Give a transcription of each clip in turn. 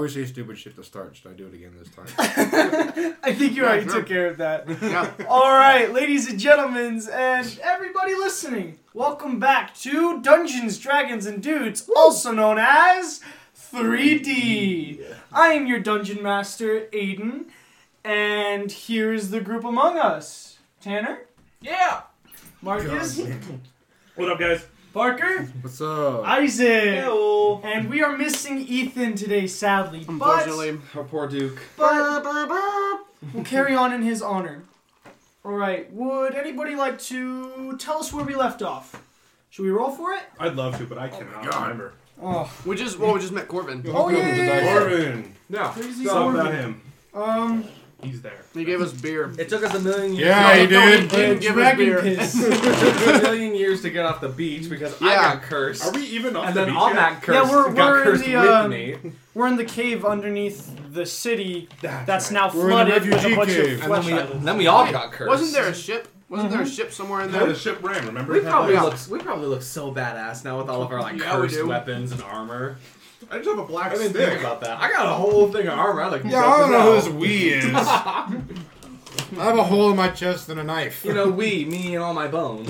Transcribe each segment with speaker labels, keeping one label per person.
Speaker 1: always say stupid shit to start. Should I do it again this time?
Speaker 2: I think you
Speaker 1: Yeah,
Speaker 2: already
Speaker 1: sure.
Speaker 2: took care of that.
Speaker 1: yeah.
Speaker 2: All right, ladies and gentlemen, and everybody listening, welcome back to Dungeons, Dragons, and Dudes, also known as 3D. I am your dungeon master, Aiden, and here is the group among us Tanner,
Speaker 3: Yeah.
Speaker 2: Marcus,
Speaker 3: What up, guys?
Speaker 2: Parker,
Speaker 1: What's up?
Speaker 2: Isaac.
Speaker 3: Hello.
Speaker 2: And we are missing Ethan today, sadly.
Speaker 3: Unfortunately.
Speaker 1: Our poor Duke.
Speaker 2: But, but we'll carry on in his honor. All right. Would anybody like to tell us where we left off? Should we roll for it?
Speaker 3: I'd love to, but I cannot
Speaker 1: God.
Speaker 3: remember.
Speaker 2: Oh,
Speaker 4: We just well, we just met Corbin.
Speaker 2: Oh, yeah, yeah, yeah, yeah.
Speaker 3: Corbin.
Speaker 1: No.
Speaker 2: crazy
Speaker 3: What's up
Speaker 2: Corbin.
Speaker 3: about him?
Speaker 2: Um,
Speaker 3: He's there.
Speaker 4: He gave us beer.
Speaker 5: It took us a million years.
Speaker 1: Yeah, he
Speaker 4: No,
Speaker 1: did.
Speaker 4: didn't give us
Speaker 2: dragon
Speaker 4: beer.
Speaker 2: piss.
Speaker 5: It took us a million years to get off the beach because I
Speaker 4: Yeah.
Speaker 5: got cursed.
Speaker 3: Are we even on
Speaker 5: and
Speaker 3: the
Speaker 5: then
Speaker 3: beach
Speaker 5: all
Speaker 3: yet?
Speaker 5: that
Speaker 2: Yeah,
Speaker 5: cursed
Speaker 2: we're-
Speaker 5: got
Speaker 2: we're in
Speaker 5: cursed
Speaker 2: the,
Speaker 5: with
Speaker 2: um,
Speaker 5: me.
Speaker 2: We're in the cave underneath the city
Speaker 3: That's,
Speaker 2: that's
Speaker 3: right.
Speaker 2: now
Speaker 1: We're in the
Speaker 2: flooded with a
Speaker 1: refugee
Speaker 2: bunch
Speaker 1: cave.
Speaker 2: of
Speaker 5: And then
Speaker 2: flesh
Speaker 5: we,
Speaker 2: islands.
Speaker 5: then we all got cursed.
Speaker 4: Wasn't there a ship? Wasn't there a
Speaker 1: Mm-hmm.
Speaker 4: ship somewhere in
Speaker 3: Yeah, the
Speaker 4: there?
Speaker 3: ship ran. Remember?
Speaker 5: We
Speaker 3: That
Speaker 5: probably
Speaker 3: was-
Speaker 5: look we probably look so badass now with all of our like
Speaker 4: Yeah, we
Speaker 5: cursed
Speaker 4: do.
Speaker 5: weapons and armor.
Speaker 3: I just have a black
Speaker 5: I didn't
Speaker 3: stick.
Speaker 5: think about that. I got a whole thing of armor. I like
Speaker 1: Yeah, I don't know who's we is. I have a hole in my chest and a knife.
Speaker 5: You know, we, me, and all my bones.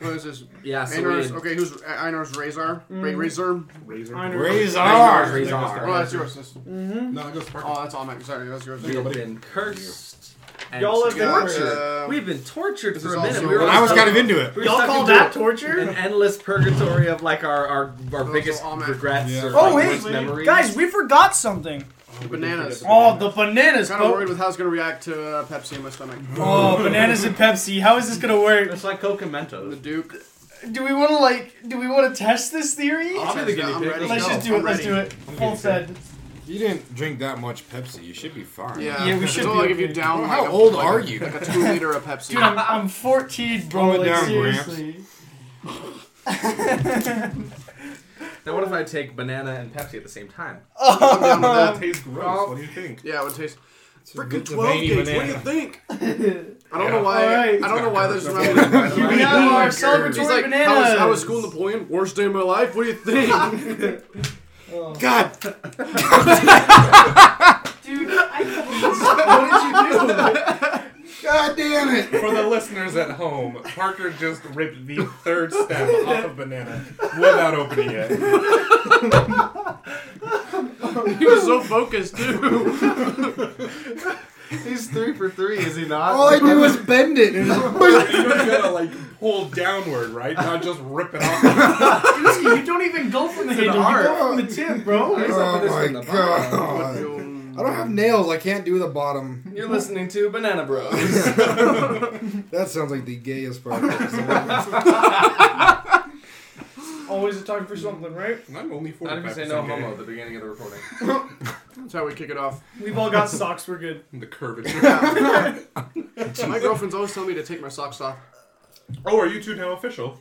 Speaker 4: What is this?
Speaker 5: yeah, so we,
Speaker 4: Einar's, okay, who's Einar's Razor?
Speaker 2: Mm-hmm.
Speaker 4: Ra- Razor?
Speaker 3: Razor.
Speaker 2: I know.
Speaker 1: Razor.
Speaker 5: Razor,
Speaker 1: Razor.
Speaker 5: razor.
Speaker 4: Oh, that's yours. That's,
Speaker 3: No, it goes sparkle.
Speaker 4: oh, that's all mine. Sorry, that's yours.
Speaker 5: we have been cursed. And
Speaker 2: Y'all have been
Speaker 4: Got,
Speaker 5: tortured.
Speaker 4: uh,
Speaker 5: We've been tortured
Speaker 4: This
Speaker 5: for
Speaker 4: is
Speaker 5: a
Speaker 4: also
Speaker 5: minute.
Speaker 4: a-
Speaker 5: were
Speaker 1: I was
Speaker 5: stuck-
Speaker 1: kind of into it.
Speaker 5: we were
Speaker 2: Y'all
Speaker 5: stuck
Speaker 2: call
Speaker 5: into
Speaker 2: that
Speaker 5: a-
Speaker 2: torture?
Speaker 5: an endless purgatory of like our our, our biggest
Speaker 4: all men.
Speaker 5: regrets
Speaker 1: Yeah.
Speaker 5: or
Speaker 2: Oh
Speaker 5: like,
Speaker 2: wait,
Speaker 5: worst memories.
Speaker 2: guys, we forgot something.
Speaker 4: bananas.
Speaker 2: Oh, the bananas.
Speaker 4: Kind of worried with how it's gonna react to uh, Pepsi in my stomach.
Speaker 2: Oh, bananas and Pepsi. How is this gonna work?
Speaker 5: it's like Coke and
Speaker 4: The
Speaker 5: Mentos.
Speaker 4: Duke.
Speaker 2: Do we want to like? Do we want to test this theory?
Speaker 5: be
Speaker 4: I'll test
Speaker 5: the
Speaker 4: it.
Speaker 5: guinea
Speaker 4: I'm
Speaker 5: pig.
Speaker 4: ready.
Speaker 2: Let's
Speaker 4: Go.
Speaker 2: just do it.
Speaker 4: I'm
Speaker 2: Let's
Speaker 4: ready.
Speaker 2: do it. Full fed.
Speaker 1: You didn't drink that much Pepsi. You should be fine.
Speaker 4: Yeah,
Speaker 2: Yeah, we
Speaker 4: it's
Speaker 2: should
Speaker 4: only
Speaker 2: be
Speaker 4: like if
Speaker 2: okay.
Speaker 4: you down.
Speaker 1: Well,
Speaker 4: like
Speaker 1: how
Speaker 4: a-
Speaker 1: old
Speaker 4: like
Speaker 1: are
Speaker 4: a-
Speaker 1: you?
Speaker 4: Like a two liter of Pepsi.
Speaker 2: Dude, I'm, I'm 14, bro.
Speaker 1: Calm it
Speaker 2: Like,
Speaker 1: down, Gramps.
Speaker 2: seriously.
Speaker 5: Now, what if I take banana and Pepsi at the same time?
Speaker 4: I'm down with that.
Speaker 3: That tastes gross. What do you think?
Speaker 4: Yeah, it would taste. Freaking
Speaker 1: good
Speaker 4: twelve
Speaker 1: veiny
Speaker 4: gauge. What do you
Speaker 1: banana.
Speaker 4: think? I don't know why.
Speaker 2: Alright.
Speaker 4: I don't know why there's
Speaker 3: It's
Speaker 4: not.
Speaker 3: got
Speaker 4: Like,
Speaker 3: curds.
Speaker 2: Here we
Speaker 4: Yeah,
Speaker 2: have our
Speaker 4: like,
Speaker 2: celebratory
Speaker 4: He's like,
Speaker 2: bananas.
Speaker 4: how was, how was school, Napoleon? Worst day of my life. What do you think?
Speaker 1: God.
Speaker 2: Dude, I,
Speaker 4: what did you do?
Speaker 1: God damn it.
Speaker 3: For the listeners at home, Parker just ripped the third stem off of banana without opening it.
Speaker 4: He was so focused too.
Speaker 5: He's three for three, is he
Speaker 1: All
Speaker 5: not?
Speaker 1: I did was bend it. And
Speaker 3: You gotta like pull downward, right? Not just rip it off.
Speaker 2: dude, you don't even go from the
Speaker 5: an
Speaker 2: handle. You go
Speaker 5: art.
Speaker 2: from the tip, bro.
Speaker 5: Oh
Speaker 1: oh my
Speaker 5: my
Speaker 1: god. I don't have nails. I can't do the bottom.
Speaker 5: You're listening to Banana Bros.
Speaker 1: That sounds like the gayest part. of this.
Speaker 2: Always a time for something, right?
Speaker 3: And I'm only
Speaker 5: I didn't
Speaker 3: 45
Speaker 5: say no homo at the beginning of the recording.
Speaker 4: That's how we kick it off.
Speaker 2: We've all got socks. We're good.
Speaker 3: The curvature.
Speaker 4: My girlfriend's always telling me to take my socks off.
Speaker 3: oh, are you two now official?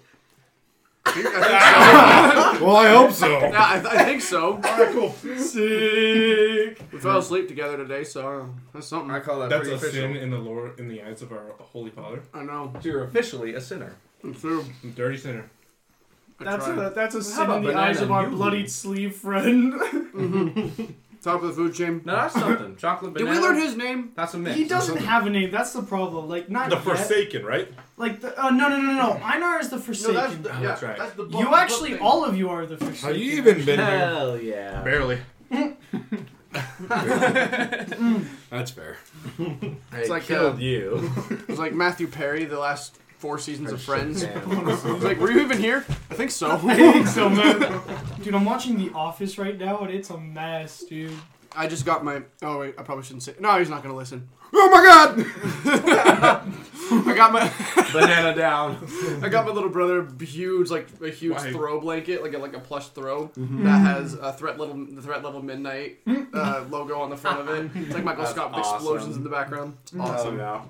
Speaker 4: I think, I think so.
Speaker 1: well, I hope so.
Speaker 4: Yeah, I, th- I think so.
Speaker 3: All right, cool.
Speaker 2: Sick.
Speaker 4: We fell asleep together today, so uh, that's something.
Speaker 5: I call that
Speaker 3: That's
Speaker 5: pretty
Speaker 3: a
Speaker 5: official.
Speaker 3: sin in the Lord, in the eyes of our holy father.
Speaker 4: I know.
Speaker 5: You're officially a sinner.
Speaker 4: It's true.
Speaker 3: Dirty sinner.
Speaker 4: I
Speaker 2: That's
Speaker 4: tried.
Speaker 2: a that's a sin
Speaker 5: about
Speaker 2: in the eyes
Speaker 5: banana
Speaker 2: of our
Speaker 5: and you?
Speaker 2: bloodied sleeve friend.
Speaker 4: Top of the food chain.
Speaker 5: No, that's something. Chocolate
Speaker 4: Did
Speaker 5: banana.
Speaker 4: we learn his name?
Speaker 5: That's a mix.
Speaker 2: he doesn't have a name. That's the problem. Like not
Speaker 3: The
Speaker 2: yet.
Speaker 3: Forsaken, right?
Speaker 2: Like the, uh, no no no no. no. Einar is the forsaken.
Speaker 4: the,
Speaker 3: Oh, that's right.
Speaker 4: the book-
Speaker 2: you
Speaker 4: book
Speaker 2: actually,
Speaker 4: thing.
Speaker 2: all of you are the forsaken.
Speaker 1: Have you even been here?
Speaker 5: Hell yeah.
Speaker 3: Barely.
Speaker 1: That's fair.
Speaker 5: It's
Speaker 4: like, uh,
Speaker 5: you.
Speaker 4: It was like Matthew Perry, the last four seasons of Friends. He
Speaker 5: Damn.
Speaker 4: was like, were you even here? I think so.
Speaker 2: I think so, man. Dude, I'm watching The Office right now, and it's a mess, dude.
Speaker 4: I just got my. Oh wait, I probably shouldn't say. No, he's not gonna listen.
Speaker 1: Oh my god!
Speaker 4: I got my.
Speaker 5: banana down.
Speaker 4: I got my little brother a huge, like a huge
Speaker 3: Why?
Speaker 4: throw blanket, like a, like a plush throw that has a threat level, the threat level midnight uh, logo on the front of it. It's like Michael
Speaker 5: That's
Speaker 4: Scott with
Speaker 5: awesome.
Speaker 4: explosions in the background.
Speaker 5: Awesome. now.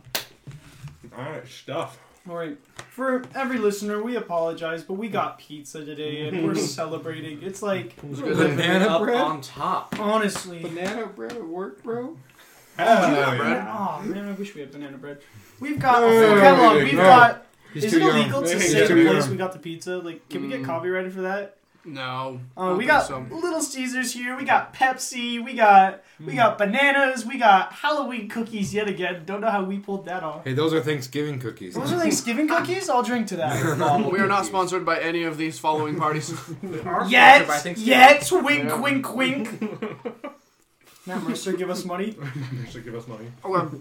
Speaker 3: All right, stuff.
Speaker 2: All right. For every listener, we apologize, but we got pizza today, and we're celebrating. It's like,
Speaker 4: It was a good day.
Speaker 1: Banana
Speaker 5: Up
Speaker 1: bread?
Speaker 5: on top.
Speaker 2: honestly.
Speaker 1: Banana bread at work, bro?
Speaker 3: Hell
Speaker 4: bread?
Speaker 2: Oh, man, I wish we had banana bread. We've got a
Speaker 1: Yeah,
Speaker 2: full catalog. We've
Speaker 1: no.
Speaker 2: got.
Speaker 1: He's
Speaker 2: is
Speaker 1: too
Speaker 2: it
Speaker 1: young.
Speaker 2: illegal to
Speaker 3: He's
Speaker 2: say
Speaker 3: too
Speaker 2: the place
Speaker 3: young.
Speaker 1: Mm.
Speaker 2: we got the pizza? Like, can we get copyrighted for that?
Speaker 4: No.
Speaker 2: Uh, we got Little Caesars here. We got Pepsi. We got we
Speaker 1: Mm.
Speaker 2: got bananas. We got Halloween cookies yet again. Don't know how we pulled that off.
Speaker 1: Hey, those are Thanksgiving cookies.
Speaker 2: Those are Thanksgiving cookies. I'll drink to that.
Speaker 4: We are not sponsored by any of these following parties.
Speaker 2: Yet,
Speaker 5: Yes.
Speaker 2: yet, wink, wink, wink. Matt Mercer, give us money.
Speaker 3: They should give us money.
Speaker 4: Okay.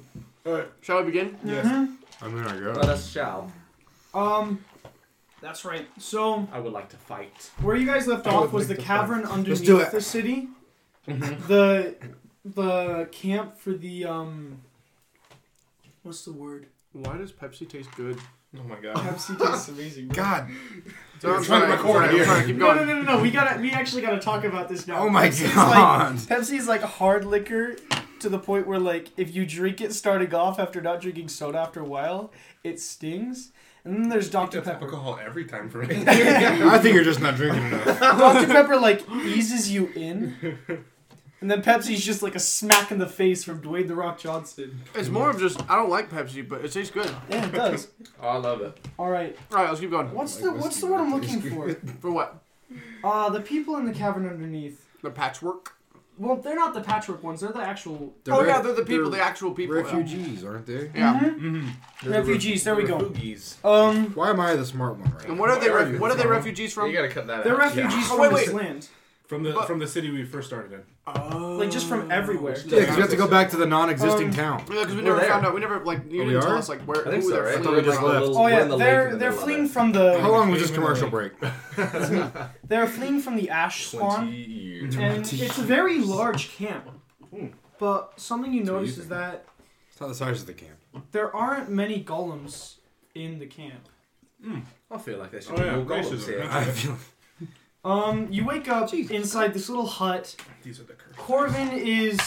Speaker 3: Alright.
Speaker 4: Shall we begin?
Speaker 3: Yes.
Speaker 1: I'm gonna
Speaker 5: Let
Speaker 1: go.
Speaker 5: us shall.
Speaker 2: Mm-hmm. Um, that's right. So
Speaker 5: I would like to fight.
Speaker 2: where you guys left
Speaker 1: I
Speaker 2: off
Speaker 1: would
Speaker 2: was the
Speaker 1: like to
Speaker 2: cavern
Speaker 1: Let's do it. Mm-hmm.
Speaker 2: underneath the city, the the camp for the um. What's the word?
Speaker 4: Why does Pepsi taste good?
Speaker 3: Oh my god.
Speaker 2: Pepsi tastes amazing. bro.
Speaker 1: God.
Speaker 4: So I'm
Speaker 1: We're trying to
Speaker 4: sorry,
Speaker 1: record
Speaker 4: I'm sorry,
Speaker 1: here.
Speaker 4: I'm sorry, keep
Speaker 2: No,
Speaker 4: going.
Speaker 2: no, no, no, no. We gotta. We actually gotta talk about this now.
Speaker 1: Oh my
Speaker 2: Pepsi's
Speaker 1: god.
Speaker 2: Like, Pepsi's like hard liquor to the point where like if you drink it starting off after not drinking soda after a while, it stings. And then there's Dr
Speaker 3: That's
Speaker 2: Pepper.
Speaker 3: alcohol every time for me.
Speaker 1: I think you're just not drinking enough.
Speaker 2: Dr Pepper like eases you in. And then Pepsi's just like a smack in the face from Dwayne the Rock Johnson.
Speaker 4: It's more of just I don't like Pepsi, but it tastes good.
Speaker 2: Yeah, it does.
Speaker 5: Oh, I love it.
Speaker 2: All right,
Speaker 4: All right, let's keep going.
Speaker 2: what's the what's the word I'm looking for?
Speaker 4: For what?
Speaker 2: Uh, the people in the cavern underneath.
Speaker 4: The patchwork.
Speaker 2: Well, they're not the patchwork ones. They're the actual
Speaker 4: oh yeah, they're Mm-hmm. the people, the actual people. yeah.
Speaker 1: Refugees, aren't they?
Speaker 4: Yeah.
Speaker 2: refugees. There we go.
Speaker 5: Boogies.
Speaker 2: Um,
Speaker 1: Why am I the smart one right
Speaker 4: And
Speaker 1: now?
Speaker 4: what are they?
Speaker 3: Where are
Speaker 4: ref-
Speaker 3: you?
Speaker 4: what are they refugees from?
Speaker 5: You gotta cut that
Speaker 2: they're
Speaker 5: out.
Speaker 2: refugees
Speaker 5: Yeah.
Speaker 2: from
Speaker 4: Oh, wait,
Speaker 2: this
Speaker 4: wait.
Speaker 2: land.
Speaker 3: From the
Speaker 4: But-
Speaker 3: from the city we first started in.
Speaker 4: Oh.
Speaker 2: Like just from everywhere.
Speaker 1: Yeah, because we have to go back to the non-existing
Speaker 2: Um,
Speaker 1: town.
Speaker 4: Yeah, because we
Speaker 5: We're
Speaker 4: never
Speaker 5: there.
Speaker 4: found out. We never like you
Speaker 1: Oh, we
Speaker 4: didn't tell
Speaker 1: are?
Speaker 4: us like where
Speaker 5: I think
Speaker 4: who
Speaker 5: so,
Speaker 4: they're
Speaker 5: right? I thought
Speaker 4: fleeing
Speaker 5: we just
Speaker 4: from.
Speaker 5: left.
Speaker 2: Oh
Speaker 5: We're
Speaker 2: yeah,
Speaker 5: in the lake
Speaker 2: they're
Speaker 5: in the
Speaker 2: they're
Speaker 5: middle of
Speaker 2: fleeing
Speaker 5: it.
Speaker 2: from
Speaker 1: How
Speaker 2: the
Speaker 1: long was this commercial break?
Speaker 2: they're fleeing from the ash
Speaker 5: Twenty
Speaker 2: spawn,
Speaker 5: years.
Speaker 2: and it's a very large camp. But something you notice is that
Speaker 1: It's not the size of the camp.
Speaker 2: there aren't many golems in the camp.
Speaker 5: I feel like there should
Speaker 3: Oh,
Speaker 5: be
Speaker 3: yeah,
Speaker 5: more golems
Speaker 3: racism.
Speaker 5: here.
Speaker 1: I feel
Speaker 2: Um, you wake up inside this little hut.
Speaker 3: These are the curves.
Speaker 2: Corvin is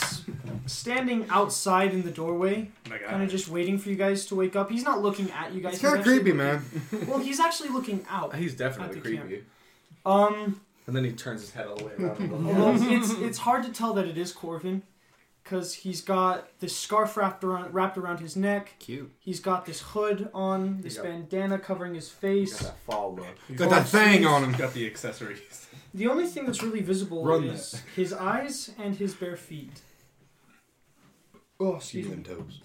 Speaker 2: standing outside in the doorway,
Speaker 3: My god.
Speaker 2: kind of just waiting for you guys to wake up. He's not looking at you guys.
Speaker 1: it's kind of
Speaker 2: he's actually-
Speaker 1: creepy, man.
Speaker 2: Well, he's actually looking out.
Speaker 5: He's
Speaker 2: At
Speaker 5: definitely
Speaker 2: the camp.
Speaker 5: creepy.
Speaker 2: Um,
Speaker 5: And then he turns his head all the way around. oh, and goes,
Speaker 2: Well, it's it's hard to tell that it is Corvin, because he's got this scarf wrapped around wrapped around his neck.
Speaker 1: Cute.
Speaker 2: He's got this hood on, this
Speaker 5: Yeah.
Speaker 2: bandana covering his
Speaker 5: "You got
Speaker 2: face.
Speaker 5: that fall look.
Speaker 1: Got that thing on him.
Speaker 3: Got the accessories.
Speaker 2: The only thing that's really visible
Speaker 1: Run
Speaker 2: is
Speaker 1: that.
Speaker 2: his eyes and his bare feet. Oh, excuse me.
Speaker 1: toes.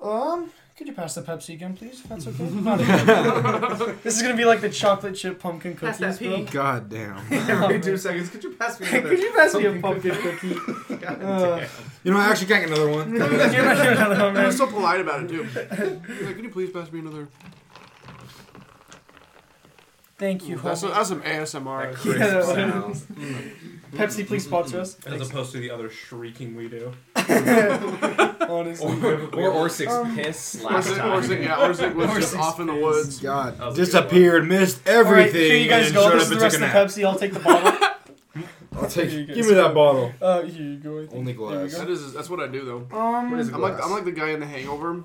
Speaker 2: Um, could you pass the Pepsi again, please? If that's okay. Not again. this is gonna be like the chocolate chip pumpkin
Speaker 5: Pass
Speaker 2: cookies,
Speaker 5: that
Speaker 2: bro.
Speaker 5: pee.
Speaker 1: God damn.
Speaker 5: Every two seconds, could you pass me another?
Speaker 2: could you pass me a
Speaker 5: pumpkin
Speaker 2: pumpkin cookie?
Speaker 5: cookie? God
Speaker 2: Uh,
Speaker 5: damn.
Speaker 1: You know, I actually can't get another one. Oh,
Speaker 2: You're not- you're not allowed,
Speaker 4: They were
Speaker 2: man.
Speaker 4: so polite about it too. Like, can you please pass me another?
Speaker 2: Thank you.
Speaker 4: That's,
Speaker 2: homie.
Speaker 4: that's some ASMR.
Speaker 5: That crisp
Speaker 2: Yeah.
Speaker 5: sound.
Speaker 2: Pepsi, please sponsor us.
Speaker 3: As opposed to the other shrieking we do.
Speaker 5: Oh,
Speaker 2: Honestly.
Speaker 5: Or Orsic's
Speaker 2: Um,
Speaker 5: piss
Speaker 4: Orsic,
Speaker 5: last time.
Speaker 4: Orsic, yeah, Orsic was
Speaker 2: Orsic's
Speaker 4: just off in the woods.
Speaker 5: That
Speaker 1: God,
Speaker 5: was a good
Speaker 1: disappeared, missed everything.
Speaker 2: Alright, here you guys
Speaker 1: and
Speaker 2: go.
Speaker 1: showed
Speaker 2: This
Speaker 1: up
Speaker 2: is the
Speaker 1: and
Speaker 2: rest
Speaker 1: took
Speaker 2: of the
Speaker 1: a nap.
Speaker 2: Pepsi. I'll take the bottle.
Speaker 1: I'll take.
Speaker 2: Here you
Speaker 1: Give
Speaker 2: guys
Speaker 1: me
Speaker 2: go.
Speaker 1: that bottle.
Speaker 2: uh, here you go. I think.
Speaker 1: Only glass.
Speaker 2: There
Speaker 4: That is, that's what I do though.
Speaker 2: Um,
Speaker 5: What is it?
Speaker 4: I'm like,
Speaker 5: Glass.
Speaker 4: I'm like the guy in The Hangover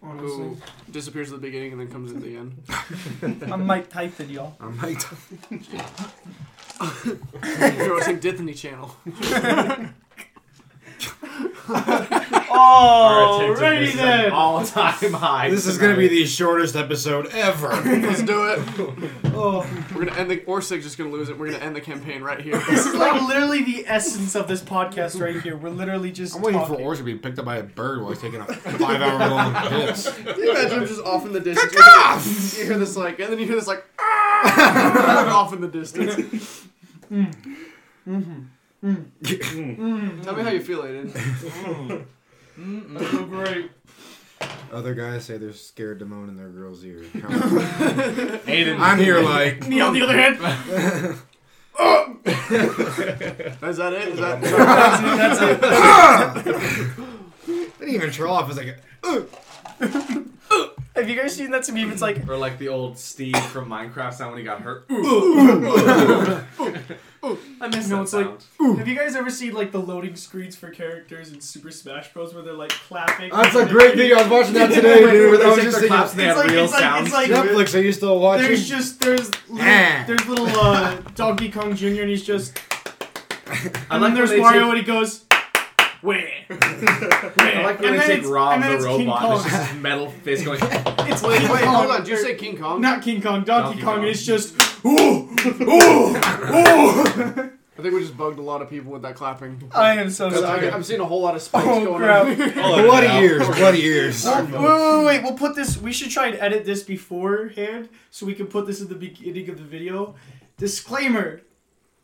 Speaker 2: honestly,
Speaker 4: who disappears at the beginning and then comes at the end.
Speaker 2: I'm Mike Tyson, y'all.
Speaker 1: I'm like,
Speaker 4: You're watching Disney Channel.
Speaker 5: Our
Speaker 2: Oh,
Speaker 5: attention
Speaker 2: ready
Speaker 5: is at an
Speaker 2: then.
Speaker 5: All-time high.
Speaker 1: this is gonna be the shortest episode ever.
Speaker 4: Let's do it.
Speaker 2: Oh,
Speaker 4: We're gonna end the Orsig's just gonna lose it. We're gonna end the campaign right here.
Speaker 2: this is like literally the essence of this podcast right here. We're literally just.
Speaker 1: I'm waiting for
Speaker 2: talking.
Speaker 1: Orson to be picked up by a bird while he's taking a five-hour-long piss.
Speaker 4: Can you imagine him just off in the distance? You hear- you hear this like, and then you hear this like, "Ah!" off in the distance.
Speaker 2: Mm. Mm-hmm.
Speaker 4: Tell me how you feel, Aiden.
Speaker 3: Oh, great.
Speaker 1: Other guys say they're scared to moan in their girl's ear.
Speaker 5: Aiden.
Speaker 1: I'm here like
Speaker 4: Me on the other hand. Is that it? Is that?
Speaker 2: That's it. That's it.
Speaker 1: I didn't even trail off. It's like
Speaker 2: Have you guys seen that to me? It's like.
Speaker 5: Or like the old Steve from Minecraft sound when he got hurt. I miss
Speaker 2: No,
Speaker 5: that
Speaker 2: it's like-
Speaker 5: sound.
Speaker 2: Have you guys ever seen like the loading screens for characters in Super Smash Bros. where they're like clapping?
Speaker 1: that's a great video. I was watching that today, dude. But I was
Speaker 5: They
Speaker 1: just
Speaker 5: take their claps
Speaker 1: thinking,
Speaker 2: It's like-
Speaker 5: and they have real
Speaker 2: it's like-
Speaker 5: sounds.
Speaker 2: it's like-
Speaker 1: Netflix. Are you still watching?
Speaker 2: There's just there's little,
Speaker 1: Yeah.
Speaker 2: there's little uh, Donkey Kong Jr. and he's just
Speaker 5: I
Speaker 2: and
Speaker 5: like
Speaker 2: then there's
Speaker 5: when they
Speaker 2: Wario
Speaker 5: take-
Speaker 2: and he goes where
Speaker 5: I like when
Speaker 2: and
Speaker 5: they
Speaker 2: then
Speaker 5: take
Speaker 2: it's-
Speaker 5: Rob
Speaker 2: and then
Speaker 5: the
Speaker 2: it's King
Speaker 5: robot. and It's
Speaker 2: Kong.
Speaker 5: just his metal fist going.
Speaker 2: it's
Speaker 4: Wait,
Speaker 2: King
Speaker 4: wait,
Speaker 2: Kong,
Speaker 4: hold on. Did you
Speaker 2: or-
Speaker 4: say King Kong?
Speaker 2: not King Kong Donkey
Speaker 5: Donkey
Speaker 2: Kong
Speaker 5: Kong.
Speaker 2: and it's just ooh
Speaker 4: I think we just bugged a lot of people with that clapping.
Speaker 2: I am so
Speaker 4: I,
Speaker 2: sorry.
Speaker 4: I'm seeing a whole lot of spikes
Speaker 2: Oh,
Speaker 4: going
Speaker 2: crap.
Speaker 4: on.
Speaker 1: bloody ears, bloody ears.
Speaker 2: Wait, wait, Oh, wait, wait. We'll put this. We should try and edit this beforehand so we can put this at the beginning of the video. Disclaimer: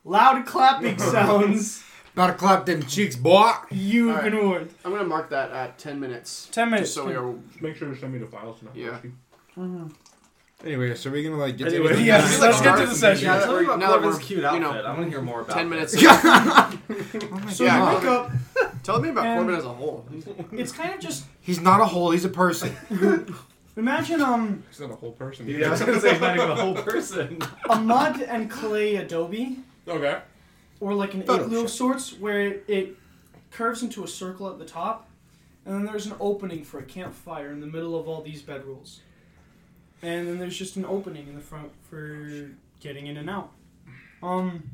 Speaker 2: loud clapping sounds.
Speaker 1: About to clap them cheeks, boy.
Speaker 2: You've
Speaker 4: All right.
Speaker 2: been warned.
Speaker 4: I'm gonna mark that at 10 minutes.
Speaker 2: Ten minutes.
Speaker 4: Just so we are.
Speaker 3: Just make sure to send me the files. Now.
Speaker 4: Yeah.
Speaker 1: Anyway, so we're gonna like get
Speaker 3: Anyway,
Speaker 1: to
Speaker 3: yeah,
Speaker 2: Yes, let's get to the session.
Speaker 4: Yeah,
Speaker 5: Tell me about
Speaker 4: now that
Speaker 5: Corbin's
Speaker 4: we're,
Speaker 5: cute
Speaker 4: you
Speaker 5: outfit.
Speaker 4: know,
Speaker 5: I want to hear more about
Speaker 4: 10 minutes.
Speaker 1: so
Speaker 4: yeah,
Speaker 1: yeah,
Speaker 4: wake up. Tell me about
Speaker 2: And-
Speaker 4: Corbin as a whole.
Speaker 2: It's kind of just
Speaker 1: he's not a hole, he's a person.
Speaker 2: imagine um
Speaker 3: He's not a whole person.
Speaker 5: Yeah, I was gonna say he's not even a whole person.
Speaker 2: a mud and clay adobe
Speaker 3: Okay.
Speaker 2: or like an
Speaker 1: Photoshop.
Speaker 2: igloo of sorts where it, it curves into a circle at the top, and then there's an opening for a campfire in the middle of all these bedrolls, and then there's just an opening in the front for getting in and out. Um,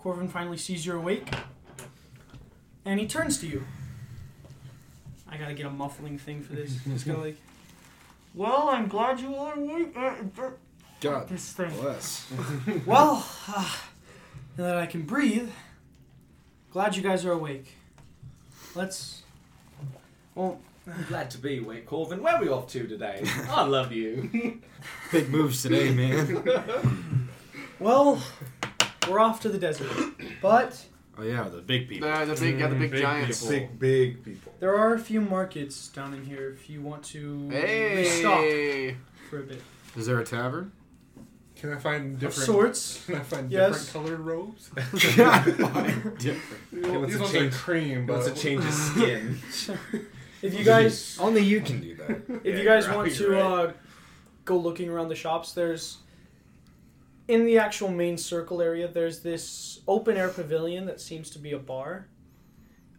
Speaker 2: Corvin finally sees you're awake, and he turns to you. I gotta get a muffling thing for this. It's gonna like. Well, I'm glad you are awake. Uh, uh,
Speaker 1: God
Speaker 2: This thing.
Speaker 1: bless.
Speaker 2: Well, uh, now that I can breathe, glad you guys are awake. Let's. Well,
Speaker 5: I'm glad to be awake, Corvin. Where are we off to today? I love you.
Speaker 1: Big moves today, man.
Speaker 2: well, we're off to the desert, but
Speaker 1: Oh yeah, the big people.
Speaker 4: The, the big, yeah, the big,
Speaker 3: big
Speaker 4: giants.
Speaker 3: people. Big,
Speaker 5: big people.
Speaker 2: there are a few markets down in here if you want to restock
Speaker 4: Hey.
Speaker 2: for a bit
Speaker 1: Is there a tavern?
Speaker 3: Can I find
Speaker 2: of
Speaker 3: different?
Speaker 2: sorts.
Speaker 3: Can I find
Speaker 2: Yes.
Speaker 3: different colored robes?
Speaker 5: wants
Speaker 3: These
Speaker 5: to
Speaker 3: ones are
Speaker 5: change-
Speaker 3: cream, but
Speaker 5: Wants to change his skin.
Speaker 2: If you guys,
Speaker 1: Only you can do that.
Speaker 2: if
Speaker 5: Yeah,
Speaker 2: you guys
Speaker 5: you're
Speaker 2: want
Speaker 5: right,
Speaker 2: to
Speaker 5: you're right.
Speaker 2: uh, go looking around the shops, there's in the actual main circle area. There's this open air pavilion that seems to be a bar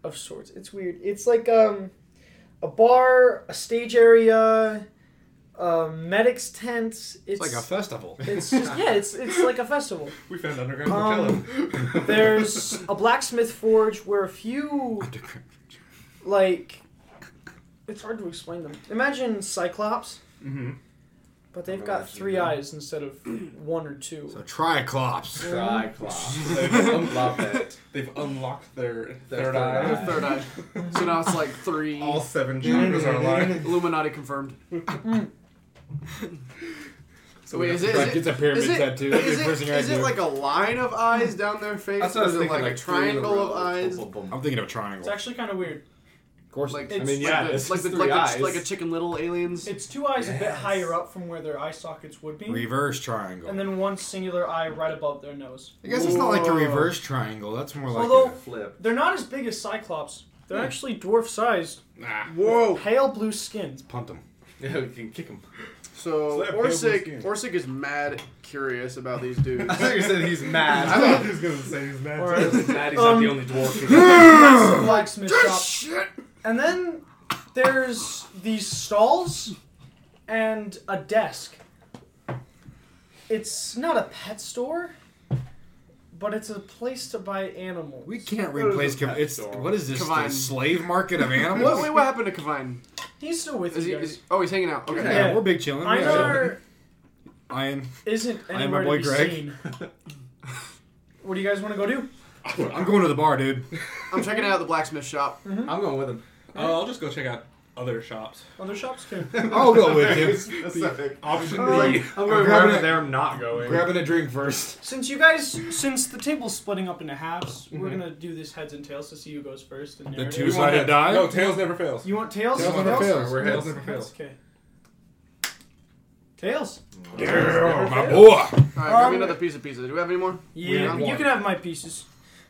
Speaker 2: of sorts. It's weird. It's like um, a bar, a stage area, a medic's tent. It's,
Speaker 1: It's like a festival.
Speaker 2: it's just yeah. It's it's like a festival.
Speaker 3: we found underground
Speaker 2: Um,
Speaker 3: Coachella.
Speaker 2: There's a blacksmith forge where a few like it's hard to explain them. Imagine Cyclops.
Speaker 3: Mm-hmm.
Speaker 2: But they've
Speaker 5: Oh,
Speaker 2: got
Speaker 5: that's
Speaker 2: three
Speaker 5: even-
Speaker 2: eyes instead of one or two.
Speaker 1: So triclops.
Speaker 5: Triclops.
Speaker 3: They've,
Speaker 5: Love it.
Speaker 3: they've unlocked their third,
Speaker 5: third
Speaker 3: eye.
Speaker 5: eye.
Speaker 4: Third eye. So now it's like three.
Speaker 3: All seven chakras are aligned.
Speaker 4: Illuminati confirmed.
Speaker 3: So
Speaker 4: Wait,
Speaker 3: we
Speaker 4: is
Speaker 3: have
Speaker 4: it-
Speaker 3: to-
Speaker 4: is
Speaker 1: Like it's a pyramid
Speaker 4: Is it,
Speaker 1: tattoo. That's
Speaker 4: is
Speaker 1: the
Speaker 4: it-
Speaker 1: first thing I
Speaker 4: is it
Speaker 1: do.
Speaker 4: like a line of eyes down their face?
Speaker 5: That's what I was
Speaker 4: or is it
Speaker 5: thinking.
Speaker 4: like, a triangle of eyes?
Speaker 1: I'm thinking of a triangle.
Speaker 2: It's actually kind of weird.
Speaker 1: of course.
Speaker 4: Like,
Speaker 2: I mean,
Speaker 4: like
Speaker 5: yeah,
Speaker 4: the-
Speaker 5: it's
Speaker 4: like the,
Speaker 5: three
Speaker 4: like, the-
Speaker 5: eyes.
Speaker 4: like a Chicken Little aliens.
Speaker 2: It's two eyes a bit
Speaker 5: Yes.
Speaker 2: higher up from where their eye sockets would be,
Speaker 1: reverse triangle.
Speaker 2: and then one singular eye right above their nose.
Speaker 1: I guess it's not like a
Speaker 4: Whoa.
Speaker 1: reverse triangle. That's more like
Speaker 2: Although-
Speaker 5: Flip.
Speaker 2: They're not as big as Cyclops. They're actually dwarf sized,
Speaker 1: a, nah.
Speaker 4: Whoa!
Speaker 2: pale blue skin.
Speaker 1: Punt them.
Speaker 5: Yeah, we can kick him.
Speaker 4: So
Speaker 3: that pale blue
Speaker 4: Orsic,
Speaker 3: skin.
Speaker 4: Orsic is mad curious about these dudes.
Speaker 5: I thought you said he's
Speaker 3: I
Speaker 5: mad.
Speaker 3: thought he was gonna say he's mad.
Speaker 2: Or-
Speaker 3: too.
Speaker 5: He's mad he's not
Speaker 2: Um,
Speaker 5: the only dwarf.
Speaker 2: Massive blacksmith shop.
Speaker 4: Shit!
Speaker 2: And then there's these stalls and a desk. It's not a pet store, but it's a place to buy animals.
Speaker 1: We can't
Speaker 5: What is
Speaker 1: replace.
Speaker 5: a
Speaker 1: Com-
Speaker 5: pet
Speaker 1: it's
Speaker 5: store?
Speaker 1: what is this?
Speaker 4: Come
Speaker 1: The
Speaker 4: on.
Speaker 1: slave market of
Speaker 4: What,
Speaker 1: animals.
Speaker 4: wait, what happened to Kavine?
Speaker 2: He's still with
Speaker 4: Is he,
Speaker 2: you guys.
Speaker 4: is, oh, he's hanging out. Okay.
Speaker 1: yeah,
Speaker 2: Yeah.
Speaker 1: we're big chilling.
Speaker 2: I
Speaker 1: Yeah.
Speaker 2: know
Speaker 1: Iron.
Speaker 2: isn't
Speaker 1: am my
Speaker 2: anywhere
Speaker 1: boy
Speaker 2: to be
Speaker 1: Greg.
Speaker 2: seen. What do you guys want to go do?
Speaker 1: I'm going to the bar, dude.
Speaker 4: I'm checking out the blacksmith shop.
Speaker 5: I'm going with him.
Speaker 3: Oh, I'll just go check out other shops.
Speaker 2: Other shops too.
Speaker 1: I'll go with you.
Speaker 3: Option B.
Speaker 5: I'm
Speaker 1: I'm
Speaker 5: going
Speaker 1: grabbing
Speaker 5: wherever
Speaker 1: it.
Speaker 5: they're not going.
Speaker 1: Grabbing a drink first.
Speaker 2: since you guys, since the table's splitting up into halves, we're gonna do this heads and tails to see who goes first. And narrative.
Speaker 1: Mm-hmm. two
Speaker 3: We want
Speaker 1: sided
Speaker 3: heads.
Speaker 1: die?
Speaker 3: No, tails never fails.
Speaker 2: You want tails?
Speaker 1: Tails
Speaker 2: You want
Speaker 1: never
Speaker 2: tails?
Speaker 1: fails.
Speaker 3: We're
Speaker 1: Tails
Speaker 3: heads never fails.
Speaker 2: Okay. Tails.
Speaker 1: Yeah, my boy.
Speaker 4: All right, grab
Speaker 2: Um,
Speaker 4: me another piece of pizza. Do we have any more?
Speaker 2: Yeah,
Speaker 4: want
Speaker 2: you
Speaker 4: one.
Speaker 2: can have my pieces.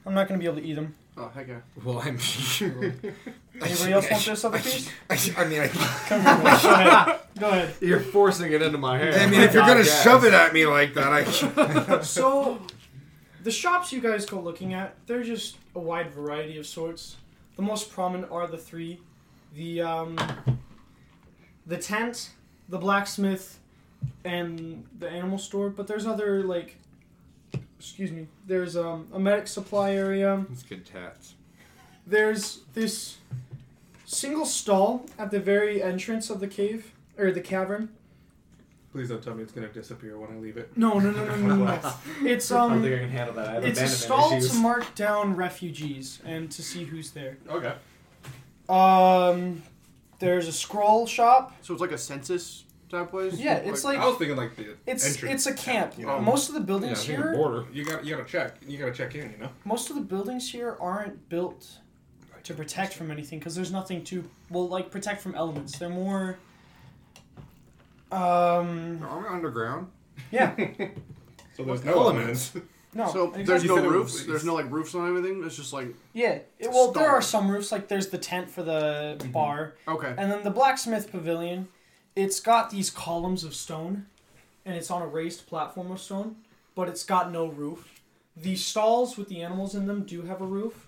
Speaker 2: I'm not gonna be able to eat them.
Speaker 4: Oh, heck yeah.
Speaker 1: Well, I'm.
Speaker 2: Anybody else want this other piece?
Speaker 1: I, I mean, I,
Speaker 2: Come here, boy. Go ahead. Go ahead.
Speaker 5: You're forcing it into my hand.
Speaker 1: I mean, if you're gonna shove it at me like that, I.
Speaker 2: So, the shops you guys go looking at, they're just a wide variety of sorts. The most prominent are the three: the um, the tent, the blacksmith, and the animal store. But there's other like, excuse me. There's um, a medic supply area.
Speaker 1: It's good tats.
Speaker 2: There's this single stall at the very entrance of the cave or the cavern,
Speaker 3: Please don't tell me it's gonna disappear when I leave it.
Speaker 2: No, no, no, no, no, no. no. It's
Speaker 5: I don't
Speaker 2: um,
Speaker 5: think I can handle that. I have
Speaker 2: it's a
Speaker 5: abandonment
Speaker 2: stall
Speaker 5: issues.
Speaker 2: to mark down refugees and to see who's there.
Speaker 3: Okay.
Speaker 2: Um, there's a scroll shop.
Speaker 4: So it's like a census type place.
Speaker 2: Yeah, it's like
Speaker 3: I was thinking like the
Speaker 2: it's
Speaker 3: entrance.
Speaker 2: it's a camp.
Speaker 3: you know?
Speaker 2: Most of the
Speaker 3: yeah, I
Speaker 2: buildings
Speaker 3: was thinking
Speaker 2: here,
Speaker 3: border. You got you gotta check. You gotta check in. You know.
Speaker 2: most of the buildings here aren't built to protect from anything because there's nothing to well like protect from elements. They're more. Um.
Speaker 4: Are we underground?
Speaker 2: Yeah.
Speaker 3: So there's
Speaker 4: What
Speaker 3: no
Speaker 4: elements?
Speaker 3: elements.
Speaker 2: No.
Speaker 4: so
Speaker 2: exactly.
Speaker 4: there's
Speaker 3: You
Speaker 4: no
Speaker 3: said it was-
Speaker 4: roofs. There's no like roofs on anything. It's just like
Speaker 2: Yeah, it- well, there
Speaker 4: Stall.
Speaker 2: are some roofs. Like there's the tent for the
Speaker 3: Mm-hmm.
Speaker 2: bar,
Speaker 4: okay.
Speaker 2: and then the blacksmith pavilion. It's got these columns of stone, and it's on a raised platform of stone, but it's got no roof. The stalls with the animals in them do have a roof,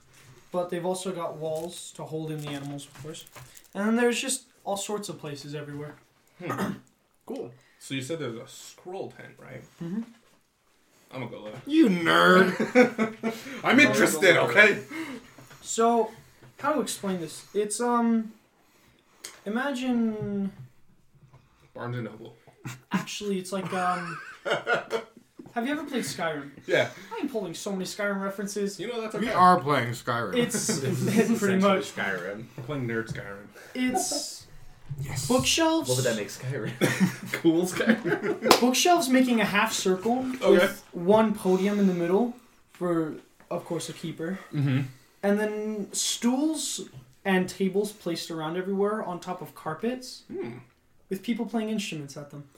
Speaker 2: but they've also got walls to hold in the animals, of course. And then there's just all sorts of places everywhere.
Speaker 4: Cool.
Speaker 3: So you said there's a scroll tent, right?
Speaker 2: Mhm.
Speaker 3: I'm gonna go look.
Speaker 1: You nerd.
Speaker 3: I'm interested. Okay.
Speaker 2: So, how to explain this? It's um, imagine
Speaker 3: Barnes and Noble.
Speaker 2: actually it's like um. Have you ever played Skyrim?
Speaker 3: Yeah.
Speaker 2: I'm pulling so many Skyrim references.
Speaker 3: You know that's okay.
Speaker 1: we are playing Skyrim.
Speaker 2: It's
Speaker 5: Essentially
Speaker 2: pretty much.
Speaker 5: Skyrim.
Speaker 3: I'm playing nerd Skyrim.
Speaker 2: It's
Speaker 1: yes.
Speaker 2: bookshelves.
Speaker 5: What would that make Skyrim? cool Skyrim.
Speaker 2: Bookshelves making a half circle
Speaker 3: Okay.
Speaker 2: with one podium in the middle for, of course, a keeper,
Speaker 3: Mm-hmm.
Speaker 2: and then stools and tables placed around everywhere on top of carpets.
Speaker 5: Hmm.
Speaker 2: With people playing instruments at them.